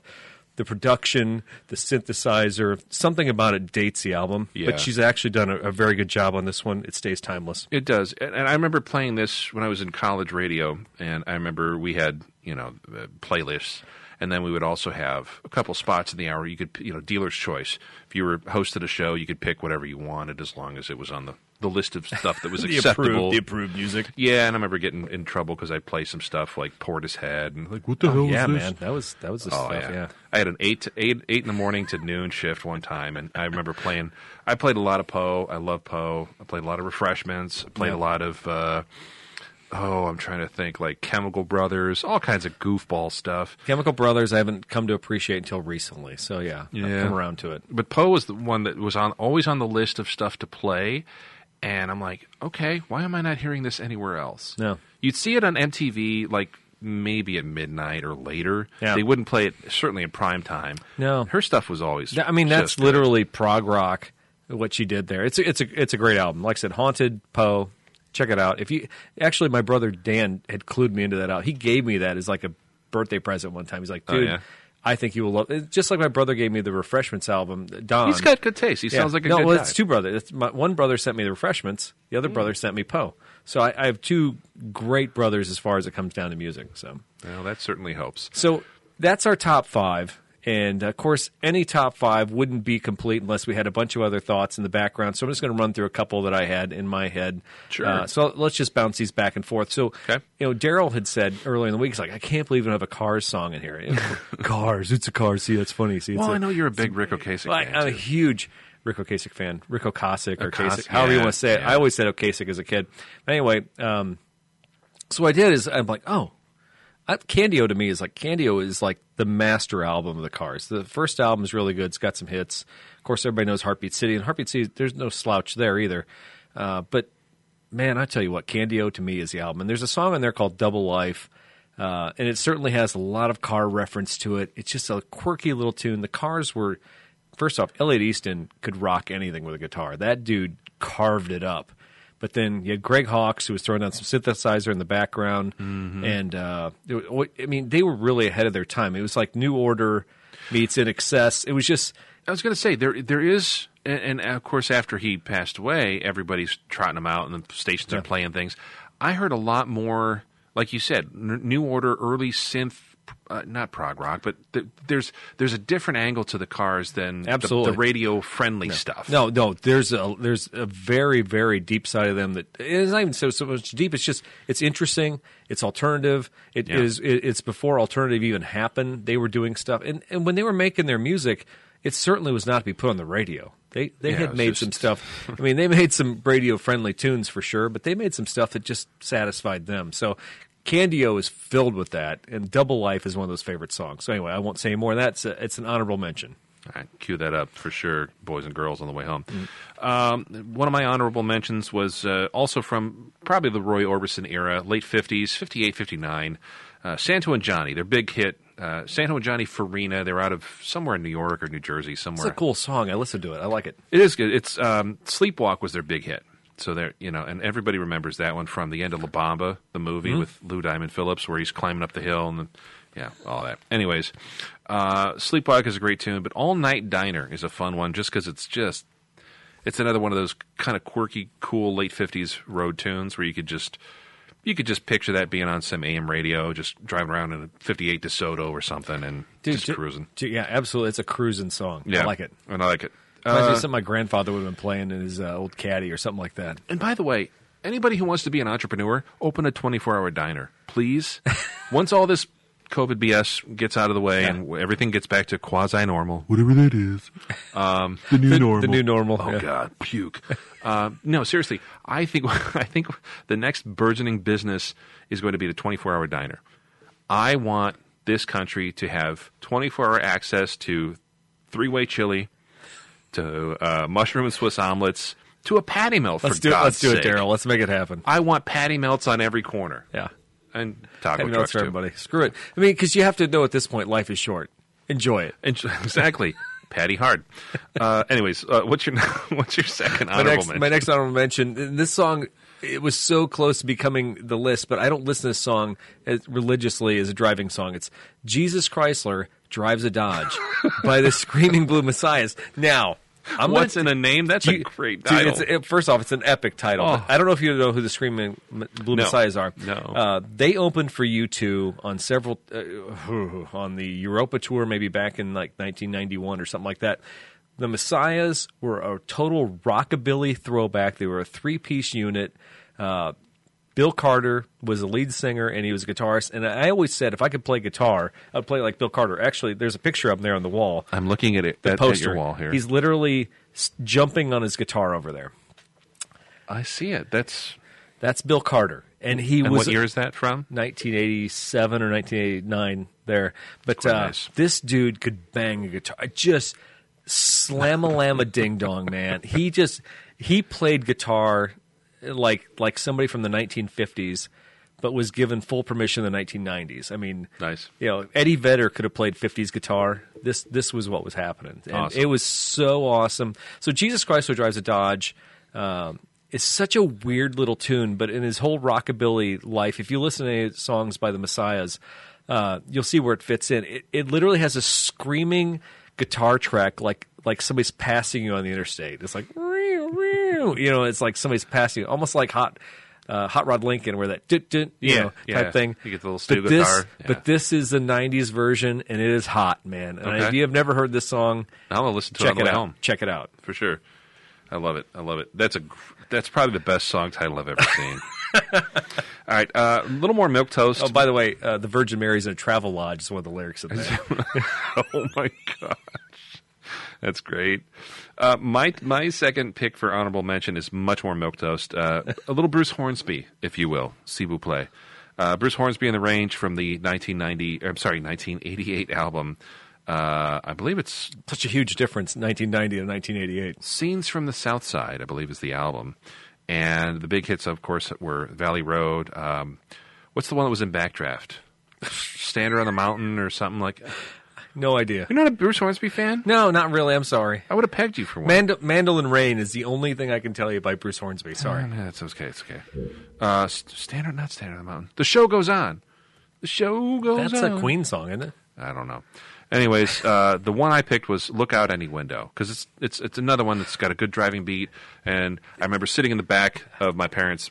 the production, the synthesizer, something about it dates the album.
Yeah.
But she's actually done a, a very good job on this one. It stays timeless.
It does, and, and I remember playing this when I was in college radio, and I remember we had you know uh, playlists, and then we would also have a couple spots in the hour you could you know dealer's choice. If you were hosted a show, you could pick whatever you wanted as long as it was on the the list of
(laughs)
stuff that was acceptable.
approved music.
yeah, and I remember getting in trouble because I played some stuff like Portishead and like what the hell
Oh, yeah,
is this?
man, that was that was the
Oh
stuff.
yeah.
Yeah.
I had an eight to eight eight in the morning to noon shift one time, and I remember playing. I played a lot of Poe. I love Poe. I played a lot of refreshments. I played
Yeah.
a lot of. Uh, oh, I'm trying to think like Chemical Brothers, all kinds of goofball stuff.
Chemical Brothers, I haven't come to appreciate until recently. So yeah, I've
Yeah.
come around to it.
But Poe was the one that was on always on the list of stuff to play. And I'm like, okay, why am I not hearing this anywhere else?
No.
You'd see it on MTV like maybe at midnight or later.
Yeah.
They wouldn't play it certainly in prime time.
No.
Her stuff was always
Th- I mean, that's
just-
literally prog rock. What she did there, it's a, it's a it's a great album. Like I said, Haunted Poe. Check it out. If you actually, my brother Dan had clued me into that out. He gave me that as like a birthday present one time. He's like,
Oh,
dude,
yeah?
I think you will love. It. Just like my brother gave me the Refreshments album. Don,
He's got good taste. He
Yeah.
sounds like a
no.
good
well,
guy. Mm.
it's two brothers. It's my, one brother sent me the refreshments. The other brother sent me Poe. So I, I have two great brothers as far as it comes down to music. So
Well, that certainly helps.
so that's our top five. And of course, any top five wouldn't be complete unless we had a bunch of other thoughts in the background. So I'm just going to run through a couple that I had in my head.
Sure.
Uh, so let's just bounce these back and forth. So,
Okay.
you know, Daryl had said earlier in the week, he's like, I can't believe we don't have a Cars song in
(laughs)
here. cars, it's a car. See, that's funny. See, it's
Well,
a-
I know you're a big Rick Ocasek
well, I-
fan.
I'm a
too.
huge Rick Ocasek fan. Rick Ocasek or
Ocas-
Kasich, however you
yeah,
want to say it.
yeah.
I always said Ocasek as a kid. But anyway, um, so what I did is I'm like, oh, I, Candio to me is like Candio is like the master album of the Cars. The first album is really good. It's got some hits. Of course, everybody knows Heartbeat City, and Heartbeat City, there's no slouch there either. Uh, but man, I tell you what, Candio to me is the album. And there's a song in there called Double Life. Uh, and it certainly has a lot of car reference to it. It's just a quirky little tune. The cars were, first off, Elliot Easton could rock anything with a guitar. That dude carved it up. But then you had Greg Hawkes, who was throwing down some synthesizer in the background. And, uh, it wa- I mean, they were really ahead of their time. It was like New Order meets In Excess. It was just,
I was going to say there there is, and, and of course after he passed away, everybody's trotting him out, and the stations are playing things. I heard a lot more, like you said, n- New Order, early synth, uh, not prog rock, but th- there's there's a different angle to the cars than the-
Absolutely.
the, radio friendly stuff.
No, no. There's a there's a very very deep side of them that it's not even so so much deep. It's just it's interesting. It's alternative. It is
Yeah.
It, it's before alternative even happened. They were doing stuff, and and when they were making their music, it certainly was not to be put on the radio. They they
Yeah, it
had
was
made
just-
some stuff. I mean, they made some radio friendly tunes for sure, but they made some stuff that just satisfied them. So. Candio is filled with that, and Double Life is one of those favorite songs. So anyway, I won't say any more. That's a, it's an honorable mention.
I cue that up for sure, boys and girls on the way home. Um, one of my honorable mentions was uh, also from probably the Roy Orbison era, late 50s, 58, 59. Uh, Santo and Johnny, their big hit. Uh, Santo and Johnny Farina, they're out of somewhere in New York or New Jersey, somewhere.
It's a cool song. I listened to it. I like it.
It is good. It's um, Sleepwalk was their big hit. So there, you know, and everybody remembers that one from the end of La Bamba, the
Mm-hmm.
movie with Lou Diamond Phillips, where he's climbing up the hill and, yeah, all that. Anyways, uh, Sleepwalk is a great tune, but All Night Diner is a fun one just because it's just, it's another one of those kind of quirky, cool late fifties road tunes where you could just, you could just picture that being on some AM radio, just driving around in a '58 DeSoto or something, and just
ju-
cruising.
ju- yeah, absolutely. It's a cruising song. I like it.
and I like it.
Reminds me
Uh,
of something my grandfather would have been playing in his uh, old caddy or something like that.
And by the way, anybody who wants to be an entrepreneur, open a 24 hour diner,
(laughs)
please. Once all this COVID BS gets out of the way and everything gets back to quasi normal, whatever that is, um, the new normal.
The new normal.
Oh
yeah.
God, puke! um, no, seriously, I think (laughs) I think the next burgeoning business is going to be the 24 hour diner. I want this country to have 24 hour access to three way chili, to uh, mushroom and Swiss omelets, to a patty melt.
Let's
for
do it.
God's
Let's do it,
sake.
Daryl. Let's make it happen.
I want patty melts on every corner.
Yeah.
and taco
Patty melts
trucks
for
too.
everybody. Screw it. I mean, because you have to know at this point, life is short. Enjoy it.
And- (laughs) exactly, patty hard. Uh, anyways, uh, what's your (laughs) what's your second
My
honorable
next,
mention?
my next honorable mention. th- This song, it was so close to becoming the list, but I don't listen to this song as religiously as a driving song. It's Jesus Chrysler drives a Dodge by
(laughs)
the Screaming Blue Messiahs. Now, I'm
What's
not,
in a name? That's
Do
a
you-
great
dude,
title.
it's- it- first off, it's an epic title.
Oh.
I don't know if you know who the Screaming M- Blue
No.
Messiahs are.
No.
Uh, they opened for you two on several uh, (sighs) on the Europa tour, maybe back in like 1991 or something like that. The Messiahs were a total rockabilly throwback. They were a three-piece unit. Uh, Bill Carter was the lead singer and he was a guitarist. And I always said if I could play guitar, I'd play like Bill Carter. Actually, there's a picture of him there on the wall
I'm looking at it.
the
at, at
poster
your wall here.
He's literally s- jumping on his guitar over there.
I see it. That's
That's Bill Carter, and he
and
was
what year is that from?
1987 or 1989 there. But
Quite
uh,
nice.
this dude could bang a guitar. I Just Slamalama Ding Dong, man. He just he played guitar like like somebody from the 1950s, but was given full permission in the 1990s. I mean,
Nice.
You know, Eddie Vedder could have played 50s guitar. This this was what was happening, and
Awesome.
it was so awesome. So Jesus Christ Who Drives a Dodge. Um, is such a weird little tune, but in his whole rockabilly life, if you listen to songs by the Messiahs, uh, you'll see where it fits in. It, it literally has a screaming guitar track, like like somebody's passing you on the interstate. It's like "Rew, rew," you know, it's like somebody's passing you, almost like hot. Uh, Hot Rod Lincoln, where that dut, dut, you
Yeah,
know,
yeah.
type thing.
You get the little steel
but this,
guitar, yeah.
but this is the '90s version, and it is hot, man. And
Okay.
if you have never heard this song,
I'm gonna listen to it on
check
the
it
way
out.
home
Check it out.
for sure. I love it. I love it. That's a gr- that's probably the best song title I've ever
(laughs)
seen. All right, uh, a little more milk toast.
Oh, by the way, uh, the Virgin Mary's in a travel lodge is one of the lyrics in
(laughs)
there.
oh my gosh, that's great. Uh, my my second pick for honorable mention is much more milk toast. Uh, a little Bruce Hornsby, if you will, si vous plaît. Uh, Bruce Hornsby in the range from the 1990, I'm sorry, 1988 album. Uh, I believe it's
Such a huge difference, 1990 to 1988.
Scenes from the South Side, I believe, is the album. And the big hits, of course, were Valley Road. Um, what's the one that was in Backdraft? (laughs) Stander on the Mountain or something like.
No idea.
You're not a Bruce Hornsby fan?
No, not really. I'm sorry.
I would have pegged you for one.
Mand- Mandolin Rain is the only thing I can tell you by Bruce Hornsby. Sorry.
No, That's okay. It's okay. Uh, S- Stander, not Stander on the Mountain. The show goes on. The show goes
That's
on.
a Queen song, isn't it?
I don't know. Anyways, uh, the one I picked was "Look Out Any Window" because it's it's it's another one that's got a good driving beat. And I remember sitting in the back of my parents'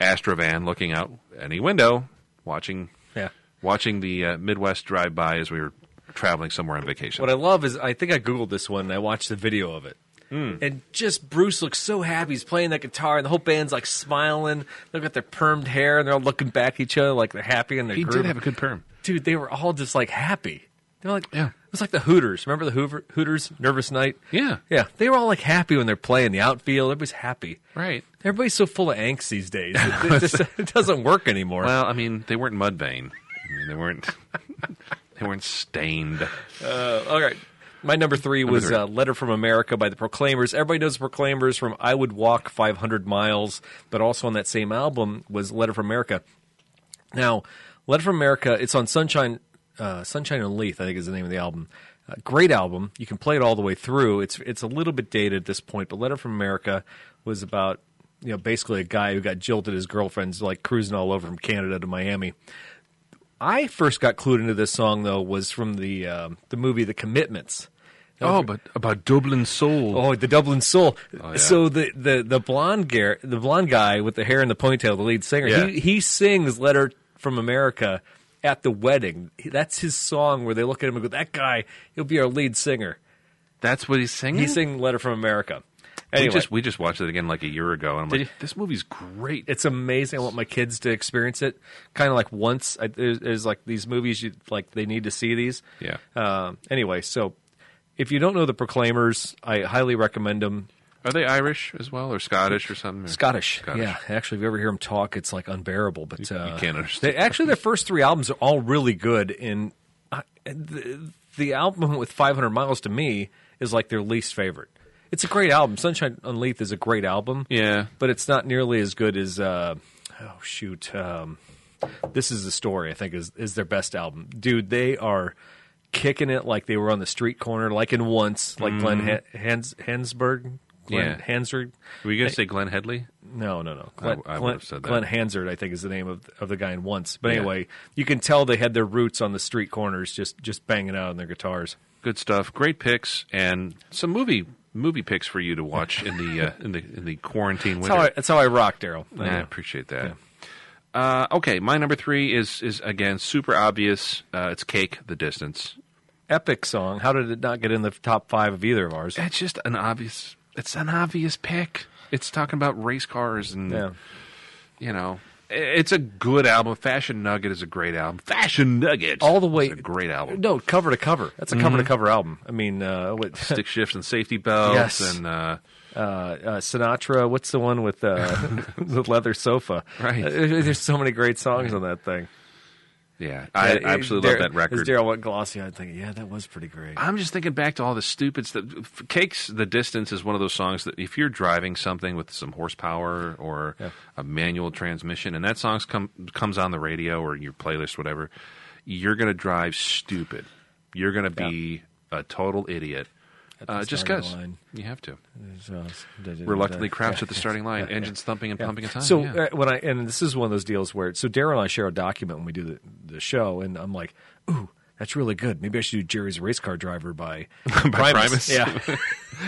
Astrovan, looking out any window, watching
Yeah.
watching the uh, Midwest drive by as we were traveling somewhere on vacation.
What I love is I think I Googled this one and I watched the video of it. And just Bruce looks so happy. He's playing that guitar, and the whole band's like smiling. They've got their permed hair, and they're all looking back at each other like they're happy and they're
he did
grooving.
have a good perm.
dude, they were all just like happy. They're like,
Yeah.
yeah. It was like the Hooters. Remember the Hoover, Hooters, Nervous Night?
Yeah.
Yeah. They were all like happy when they're playing the outfield. Everybody's happy.
Right.
Everybody's so full of angst these (laughs) days. It, it just, it doesn't work anymore.
Well, I mean, they weren't Mudvayne. I mean, they weren't (laughs) they weren't stained.
all right. My number three was
three.
uh, Letter from America by the Proclaimers. Everybody knows the Proclaimers from I Would Walk 500 Miles, but also on that same album was Letter from America. Now, Letter from America, it's on Sunshine, uh, Sunshine and Leith, I think is the name of the album. Uh, great album. You can play it all the way through. It's it's a little bit dated at this point, but Letter from America was about you know basically a guy who got jilted his girlfriend's like cruising all over from Canada to Miami. I first got clued into this song though was from the um, the movie The Commitments.
Oh, but about Dublin Soul.
Oh, the Dublin Soul.
Oh, yeah.
So the, the the blonde gar- the blonde guy with the hair and the ponytail, the lead singer,
Yeah.
he he sings "Letter from America" at the wedding. He- That's his song where they look at him and go, "That guy, he'll be our lead singer."
That's what he's singing.
He's singing "Letter from America." Anyway,
We just we just watched it again like a year ago, and I'm
Did
like,
you-
this movie's great.
it's amazing. I want my kids to experience it. Kind of like once I, there's, there's like these movies you like they need to see these.
Yeah.
Um, anyway, so if you don't know the Proclaimers, I highly recommend them.
Are they Irish as well, or Scottish, or something? Or-
Scottish.
Scottish.
Yeah, actually, if you ever hear them talk, it's like unbearable. But uh,
can't understand.
They, actually, their first three albums are all really good. And I, the, the album with 500 Miles to me is like their least favorite. It's a great album. Sunshine on Leith is a great album.
Yeah.
but it's not nearly as good as. Uh, oh shoot, um, this is the story. I think is is their best album, dude. They are. Kicking it like they were on the street corner, like in once, like Glenn Ha- Hans, Hansberg, Glenn
Mm-hmm. Yeah.
Hansberg.
Were you gonna say Glenn Headley?
No, no, no. Glenn,
I would
Glenn,
have said that.
Glenn Hansard, I think, is the name of of the guy in Once. But
Yeah.
anyway, you can tell they had their roots on the street corners, just just banging out on their guitars.
Good stuff. Great picks, and some movie movie picks for you to watch in the uh, in the in the quarantine
That's
winter.
how I, that's how I rock, Daryl.
Nah, I appreciate that. Uh, okay, my number three is is again super obvious. Uh, it's Cake the Distance.
Epic song. How did it not get in the top five of either of ours?
It's just an obvious. It's an obvious pick. It's talking about race cars and
Yeah.
you know. i- It's a good album. Fashion Nugget is a great album. Fashion Nugget
All the way.
is a
(laughs)
great album.
No, cover to cover. That's a
Mm-hmm.
cover to cover album. I mean, uh, what,
stick shifts and safety belts
Yes.
and uh,
(laughs) uh, Sinatra. What's the one
(laughs)
with uh, the leather sofa?
Right.
Uh, there's so many great songs on that thing.
Yeah, I
Yeah,
absolutely love
Dar-
that record.
As Daryl went glossy, I think, yeah, that was pretty great.
I'm just thinking back to all the stupid stuff. F- Cakes the Distance is one of those songs that if you're driving something with some horsepower or a manual transmission, and that song come, comes on the radio or your playlist, whatever, you're going to drive stupid. You're going to be a total idiot.
the
Uh, just
starting
because
line.
you have to.
So,
Reluctantly crouch
(laughs) yeah.
at the starting line, engines thumping and pumping a time.
So
yeah.
uh, when I and this is one of those deals where so Daryl and I share a document when we do the, the show, and I'm like, ooh, that's really good. Maybe I should do Jerry's Race Car Driver
(laughs)
by,
Primus.
Yeah.
(laughs)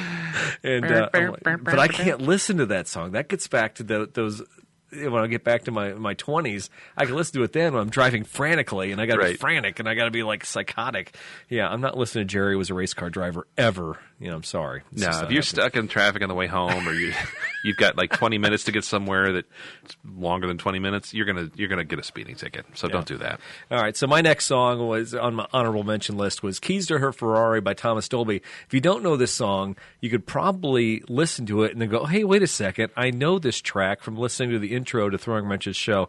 and uh, I'm like, but I can't listen to that song. That gets back to tho- those. When I get back to my my twenties, I can listen to it then when I'm driving frantically, and I got to be
Right.
frantic, and I got to be like psychotic. Yeah, I'm not listening to Jerry was a race car driver ever. You know, I'm sorry. It's
No,
just
if
not happening.
you're stuck in traffic on the way home, or you (laughs) you've got like 20 minutes to get somewhere that's longer than 20 minutes, you're gonna you're gonna get a speeding ticket. So don't do that.
All right, so my next song was on my honorable mention list was "Keys to Her Ferrari" by Thomas Dolby. If you don't know this song, you could probably listen to it and then go, "Hey, wait a second, I know this track from listening to the intro to Throwing Wrenches show."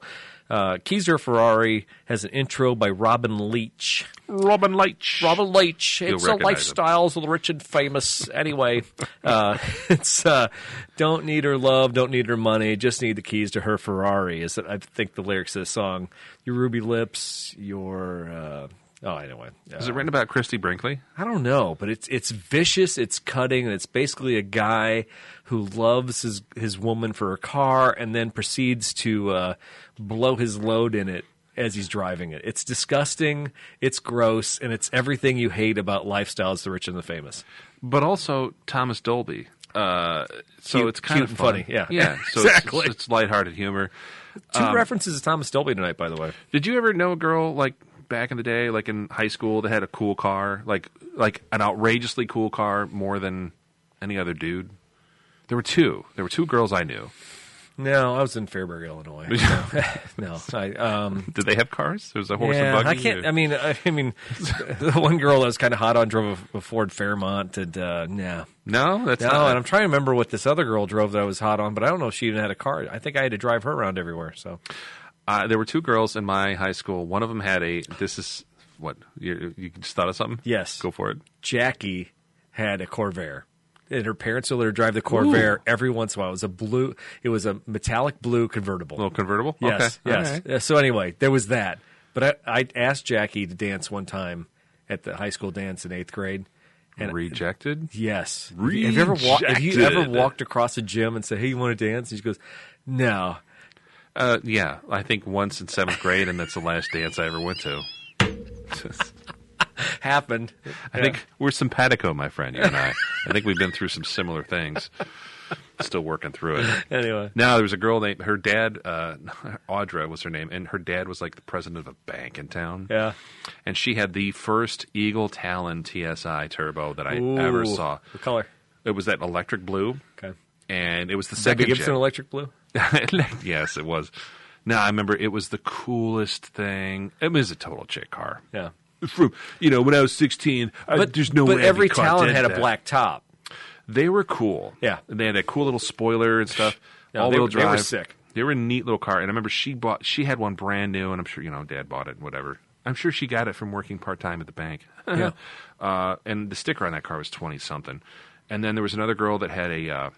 Uh, "Keys to Her Ferrari" has an intro by Robin Leach.
Robin Leach.
Robin Leach. It's the
recognize him.
lifestyles of the rich and famous. Anyway, uh, (laughs) it's uh, don't need her love, don't need her money, just need the keys to her Ferrari. Is that I think the lyrics of the song? Your ruby lips, your uh, oh, anyway,
Is it written about Christy Brinkley?
I don't know, but it's it's vicious, it's cutting, and it's basically a guy who loves his his woman for her car and then proceeds to uh, blow his load in it as he's driving it. It's disgusting, it's gross, and it's everything you hate about lifestyles, the rich and the famous.
But also Thomas Dolby. Uh, so
Cute-
it's kind
cute
of
and
fun.
funny, yeah.
yeah. (laughs) So
Exactly.
It's, it's lighthearted humor.
Two references to Thomas Dolby tonight, by the way.
Did you ever know a girl like back in the day, like in high school, that had a cool car, like like an outrageously cool car, more than any other dude? There were two. There were two girls I knew.
No, I was in Fairbury, (laughs) Illinois. No, no I, um,
Did they have cars? There was a horse
yeah,
and buggy.
I can't.
or-
I mean, I, I mean, the one girl I was kind of hot on drove a, a Ford Fairmont, and uh, no,
no, that's
No,
not.
and I'm trying to remember what this other girl drove that I was hot on, but I don't know if she even had a car. I think I had to drive her around everywhere. So
uh, there were two girls in my high school. One of them had a. This is what you, you just thought of something.
Yes.
go for it.
Jackie had a Corvair, and her parents would let her drive the Corvair every once in a while. It was a blue. It was a metallic blue convertible.
little convertible.
Yes,
okay.
yes. Uh, So anyway, there was that. But I, I asked Jackie to dance one time at the high school dance in eighth grade, and
Rejected.
Yes. Have you- Have you ever walked? Have you
Rejected.
ever walked across a gym and said, "Hey, you want to dance?" And she goes, "No."
Uh, yeah, I think once in seventh grade, and that's the last dance I ever went to. (laughs) Just-
Happened.
I think we're simpatico, my friend, you and I. I think we've been through some similar things. Still working through it.
(laughs) Anyway.
No, there was a girl named her dad, uh, (laughs) Audra was her name, and her dad was like the president of a bank in town.
Yeah.
and she had the first Eagle Talon TSI turbo that I ever
Ooh.
saw.
The color.
It was that electric blue,
Okay.
and it was the
Debbie
second
Gibson
gen.
Electric Blue.
(laughs) yes, it was. No, I remember it was the coolest thing. It was a total chick car.
Yeah.
From you know when I was sixteen, I, there's no
but
way
every
every car
Talon
did
had a
that.
black top.
They were cool.
Yeah.
and they had a cool little spoiler and stuff.
Yeah,
All-wheel
they were- they were
drive.
sick.
They were a neat little car, and I remember she bought. She had one brand new, and I'm sure you know Dad bought it and whatever. I'm sure she got it from working part time at the bank.
Yeah.
uh, and the sticker on that car was twenty something. And then there was another girl that had a. Uh,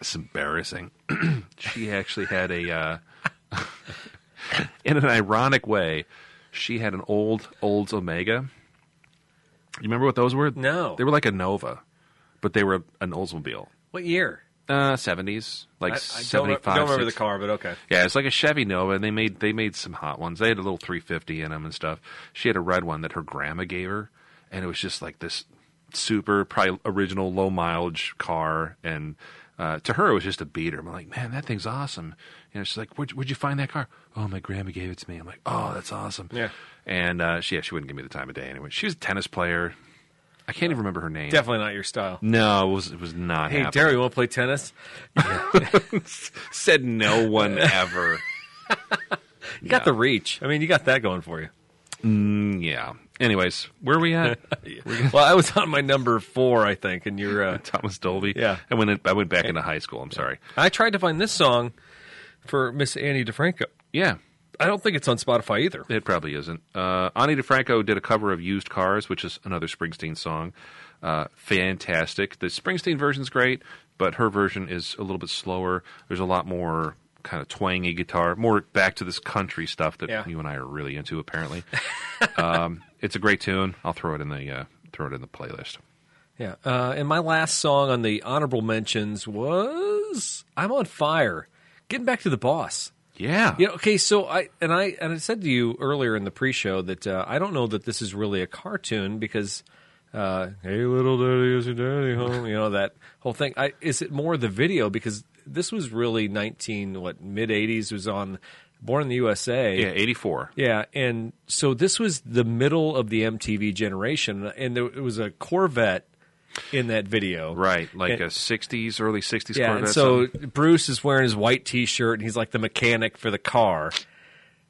it's embarrassing. she actually had a. Uh, (laughs) in an ironic way, she had an old Olds Omega. You remember what those were?
No.
they were like a Nova, but they were an Oldsmobile.
What year?
Uh, seventies, like
I, I don't, re-
seventy-five.
don't remember
60.
the car, but okay.
Yeah, it's like a Chevy Nova, and they made they made some hot ones. They had a little 350 in them and stuff. She had a red one that her grandma gave her, and it was just like this super, probably original low mileage car. And uh, to her, it was just a beater. I'm like, man, that thing's awesome. You know, she's like, where'd, where'd you find that car? Oh, my grandma gave it to me. I'm like, oh, that's awesome.
Yeah.
And uh, she yeah, she wouldn't give me the time of day anyway. She was a tennis player. I can't even remember her name.
Definitely not your style.
No, it was it was not.
Hey,
happening.
Terry, you want to play tennis?
said
(laughs)
no one ever.
You got the reach. I mean, you got that going for you.
yeah. Anyways, where are we at?
(laughs) well, I was on my number four, I think, and you're. Uh,
(laughs) Thomas Dolby.
Yeah.
I went. In, I went back into high school. I'm sorry.
I tried to find this song for Miss Annie DeFranco.
Yeah.
I don't think it's on Spotify either.
It probably isn't. Uh, Ani DeFranco did a cover of "Used Cars," which is another Springsteen song. Uh, fantastic. The Springsteen version's great, but her version is a little bit slower. There's a lot more kind of twangy guitar, more back to this country stuff that
Yeah.
you and I are really
(laughs)
into. Apparently, um, it's a great tune. I'll throw it in the uh, throw it in the playlist.
Yeah. Uh, and my last song on the honorable mentions was "I'm on Fire." Getting back to the boss.
Yeah,
You know, okay, so I and I and I said to you earlier in the pre-show that uh, I don't know that this is really a cartoon because uh, hey, little daddy, is your daddy home? You know that whole thing. I, is it more the video because this was really nineteen what mid '80s was on Born in the USA.
yeah, eighty four.
Yeah, and so this was the middle of the MTV generation, and there it was a Corvette in that video,
Right, like
And-
a '60s, early '60s
Yeah,
Corvette.
and so
something.
Bruce is wearing his white T-shirt, and he's like the mechanic for the car.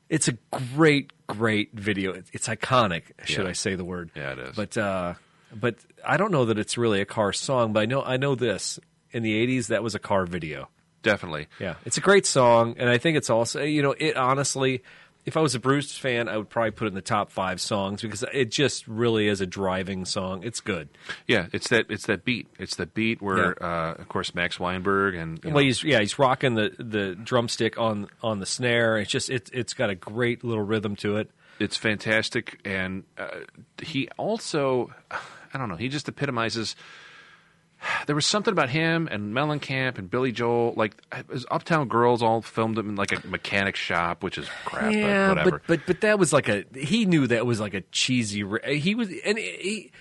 It's a great, great video. It- It's iconic, should
Yeah.
I say the word?
Yeah, it is.
But uh, but I don't know that it's really a car song, but I know I know this. In the '80s, that was a car video.
definitely.
Yeah, it's a great song, and I think it's also you know it honestly. If I was a Bruce fan, I would probably put it in the top five songs because it just really is a driving song. It's good.
Yeah, it's that it's that beat. It's that beat where, uh, of course, Max Weinberg and you
Well,
know,
he's yeah, he's rocking the, the drumstick on on the snare. It's just it it's got a great little rhythm to it.
it's fantastic. And uh, he also, I don't know, he just epitomizes. (sighs) There was something about him and Mellencamp and Billy Joel, like it was Uptown Girls, all filmed in like a mechanic shop, which is crap, but whatever.
but, but but that was like a he knew that was like a cheesy. re- He was and he.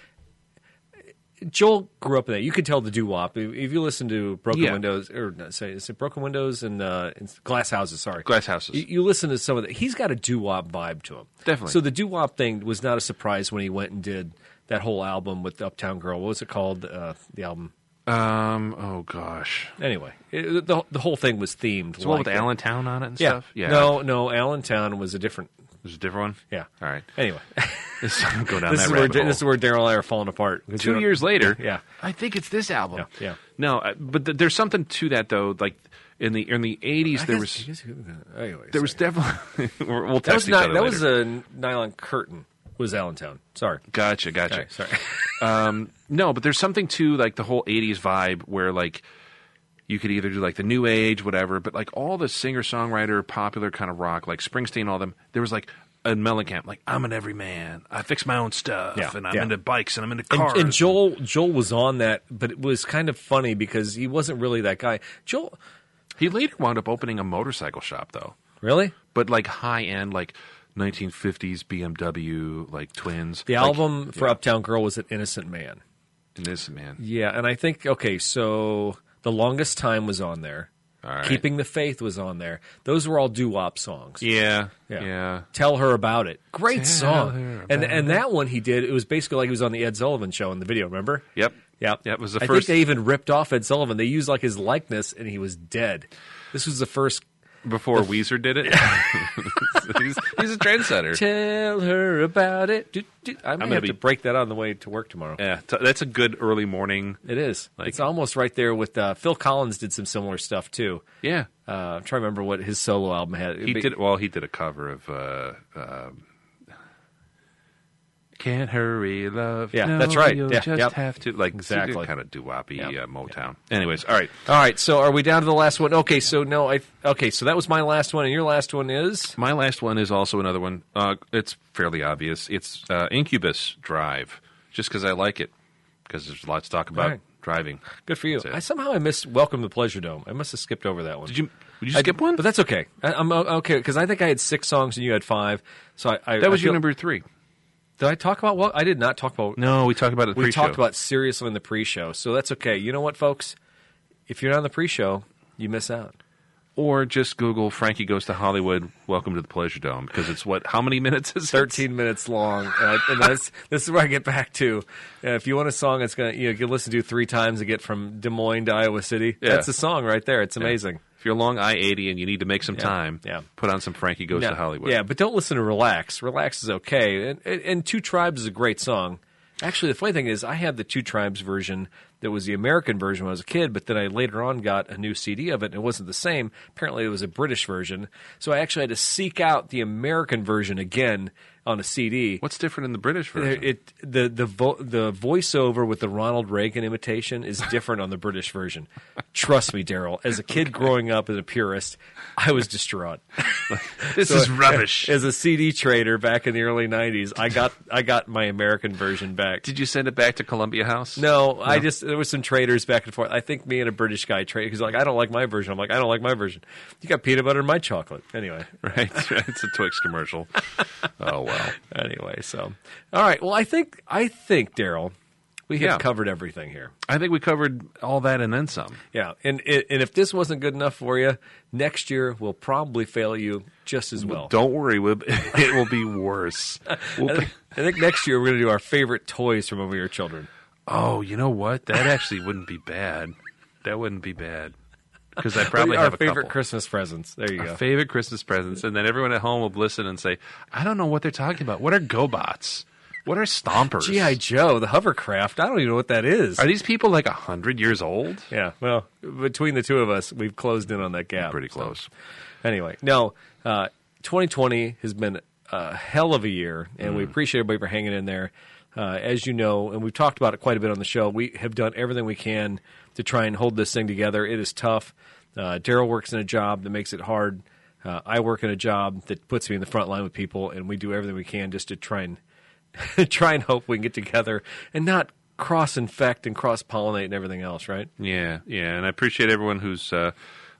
Joel grew up in that. You could tell the doo wop. If if you listen to Broken
Yeah.
Windows, or not, say, is it Broken Windows and, uh, and Glass Houses? Sorry,
Glass Houses.
You, you listen to some of that. He's got a doo wop vibe to him,
Definitely.
So the doo wop thing was not a surprise when he went and did that whole album with Uptown Girl. What was it called? Uh, the album.
um, oh gosh,
Anyway, it, the the whole thing was themed.
the one
like
with
that.
Allentown on it and
Yeah.
stuff. Yeah,
No, no, Allentown was a different.
there's a different one.
Yeah.
all right. (laughs)
Anyway,
This go down
this
that
is, where,
rabbit hole.
this is where Daryl and I are falling apart. 'Cause we
two
don't-
years later.
(laughs) Yeah.
I think it's this album.
Yeah, yeah.
No, I- but th- there's something to that though. Like in the in the
I
eighties, there
guess-
was
I guess-
uh,
anyway,
there was
sorry.
definitely (laughs) we're- we'll
that
test
was
each
not
other
that
later.
was a nylon curtain was Allentown. Sorry,
gotcha, gotcha.
sorry,
(laughs)
sorry.
No, but there's something to like the whole eighties vibe where like you could either do like the new age, whatever, but like all the singer songwriter popular kind of rock, like Springsteen, all them. There was like. And Mellencamp, like I'm an everyman. I fix my own stuff,
Yeah,
and I'm
yeah.
into bikes, and I'm into
And,
cars.
and Joel Joel was on that, but it was kind of funny because he wasn't really that guy. Joel,
he later wound up opening a motorcycle shop, though.
really?
but like high end, like 1950s BMW, like twins.
The
Like,
album for Uptown Girl was an Innocent Man.
and this man,
Yeah, and I think okay, so the longest time was on there.
All right.
Keeping the faith was on there. Those were all doo wop songs.
yeah,
Yeah.
yeah,
Tell her about it. Great
Tell her
song.
about
And and that one he did. It was basically like he was on the Ed Sullivan show in the video. Remember?
Yep.
Yeah.
That was the
I
first-
think they even ripped off Ed Sullivan. They used like his likeness, and he was dead. This was the first.
Before Weezer
(laughs)
did it, (laughs) he's, he's a trendsetter.
Tell her about it. Do, do. I might
gonna
have
be-
to break that on the way to work tomorrow.
Yeah, t- that's a good early morning.
It is.
Like-
it's almost right there with uh, Phil Collins did some similar stuff too.
Yeah,
Uh, I'm trying to remember what his solo album had.
he did. Well, he did a cover of. Uh, um, can't hurry, love.
Yeah,
No,
that's right.
You'll
Yeah,
just
yep.
have to like
Exactly.
kind of doo woppy
Yep.
uh, Motown. Anyways, all right.
All right, so are we down to the last one? Okay, so no, I okay, so that was my last one, and your last one is
My last one is also another one. Uh, it's fairly obvious. It's uh, Incubus Drive, just because I like it, because there's a lot to talk about
Right.
driving.
good for you.
That's it.
I somehow I missed Welcome to Pleasure Dome. I must have skipped over that one.
Did you? Would you
I-
skip one?
But that's okay. I, I'm o- okay because I think I had six songs and you had five. So I, I
that was
I
your
feel-
number three.
Did I talk about? Well, I did not talk about.
No, we talked about it.
we talked about seriously in the pre-show, so that's okay. You know what, folks? If you're not on the pre-show, you miss out.
or just Google Frankie goes to Hollywood. Welcome to the Pleasure Dome, because it's what? How many (laughs) minutes is it?
13 minutes long. And, I, and that's, this is where I get back to. Uh, if you want a song that's going to, you know, you can listen to three times and get from Des Moines to Iowa City,
Yeah.
that's a song right there. It's amazing.
If you're along I eighty and you need to make some time,
yeah.
put on some Frankie Goes
Yeah.
to Hollywood.
Yeah, but don't listen to Relax. Relax is okay. And, and, and Two Tribes is a great song. Actually, the funny thing is, I have the Two Tribes version that was the American version when I was a kid, but then I later on got a new CD of it and it wasn't the same. Apparently, it was a British version. So I actually had to seek out the American version again on a CD.
What's different in the British version?
It the the vo- the voiceover with the Ronald Reagan imitation is different on the British version. Trust me, Daryl. As a kid growing up as a purist, I was distraught.
(laughs) this is rubbish.
As a CD trader back in the early '90s, I got I got my American version back.
Did you send it back to Columbia House?
no, I just there was some traders back and forth. I think me and a British guy traded because like I don't like my version. I'm like I don't like my version. You got peanut butter in my chocolate. Anyway,
(laughs) Right, right. It's a Twix (laughs) commercial. oh well.
anyway. So all right. Well, I think I think Daryl, we have
Yeah.
covered everything here.
I think we covered all that and then some.
Yeah, and and and if this wasn't good enough for you, next year we'll probably fail you just as well.
Don't worry, we'll, it will be (laughs) worse. We'll be-
I think next year we're going to do our favorite toys from when we were children.
oh, you know what? That actually wouldn't be bad. That wouldn't be bad because I probably
our
have a
favorite
couple.
Christmas presents. There you go.
favorite Christmas presents, and then everyone at home will listen and say, "I don't know what they're talking about. What are GoBots? What are Stompers?
GI Joe, the hovercraft. I don't even know what that is.
Are these people like hundred years old?
yeah, well, between the two of us, we've closed in on that gap.
Pretty
So,
close.
Anyway, no, uh, 2020 has been a hell of a year, and we appreciate everybody for hanging in there. Uh, as you know, and we've talked about it quite a bit on the show, we have done everything we can to try and hold this thing together. It is tough. Uh, Daryl works in a job that makes it hard. Uh, I work in a job that puts me in the front line with people, and we do everything we can just to try and (laughs) try and hope we can get together and not cross infect and cross pollinate and everything else, right?
Yeah, yeah, and I appreciate everyone who's uh,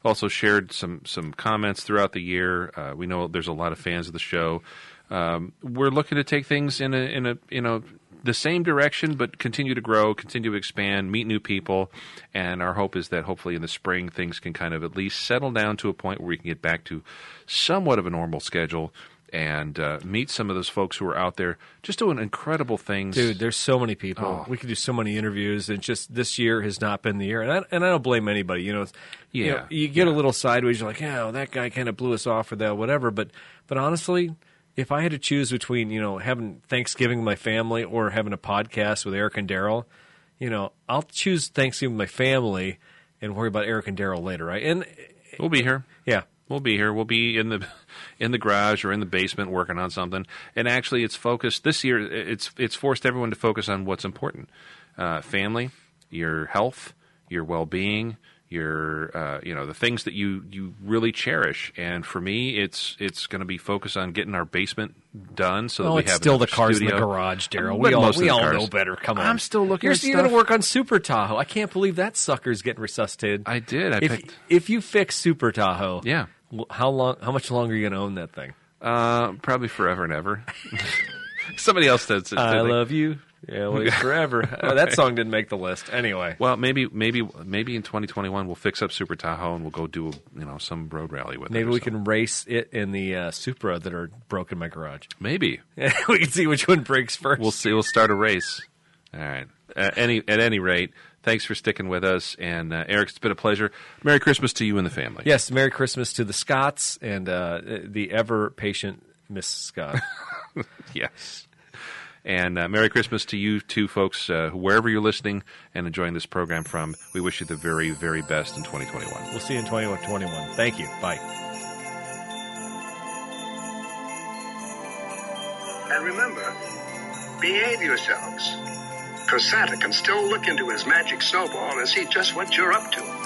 also shared some some comments throughout the year. Uh, we know there's a lot of fans of the show. Um, we're looking to take things in a in a you know the same direction, but continue to grow, continue to expand, meet new people, and our hope is that hopefully in the spring things can kind of at least settle down to a point where we can get back to somewhat of a normal schedule and uh, meet some of those folks who are out there just doing incredible things.
Dude, there's so many people.
Oh.
We could do so many interviews, and just this year has not been the year. And I, and I don't blame anybody. You know, it's- you,
Yeah,
know, you get a little sideways. You're like, yeah, that guy kind of blew us off or that, whatever. But but honestly, if I had to choose between you know having Thanksgiving with my family or having a podcast with Eric and Daryl, you know, I'll choose Thanksgiving with my family and worry about Eric and Daryl later, right? And
we'll be here.
yeah,
We'll be here. We'll be in the (laughs) in the garage or in the basement working on something. And actually, it's focused this year. It's it's forced everyone to focus on what's important: uh, family, your health, your well being, your uh, you know the things that you you really cherish. And for me, it's it's going to be focused on getting our basement done so that
oh,
we
it's
have
still the
enough
cars in
studio.
the garage, Daryl.
But
We all
most of
we
the
all
cars.
know better. Come on,
I'm still looking.
You're,
at
you're going (laughs)
stuff.
to work on Super Tahoe. I can't believe that's sucker's getting resuscitated.
I did. I
if
picked-
if you fix Super Tahoe,
Yeah.
w- How long? How much longer are you going to own that thing?
Uh, probably forever and ever. (laughs) Somebody else does it.
I
didn't they?
love you, always
(laughs)
forever. Oh, that song didn't make the list anyway.
Well, maybe, maybe, maybe in 2021 we'll fix up Super Tahoe and we'll go do a, you know some road rally with it.
Maybe
or
we
something.
can race it in the uh, Supra that are broke in my garage. (laughs)
Maybe
we can see which one breaks 1st
we'll see. We'll start a race. All right. At any at any rate, thanks for sticking with us. And uh, Eric, it's been a pleasure. Merry Christmas to you and the family.
Yes, Merry Christmas to the Scots and uh, the ever patient Miss
(laughs)
Scott.
Yes. And uh, Merry Christmas to you too, folks, uh, wherever you're listening and enjoying this program from. We wish you the very, very best in 2021.
we'll see you in 2021. Thank you. Bye.
And remember, behave yourselves. Because Santa can still look into his magic snowball and see just what you're up to.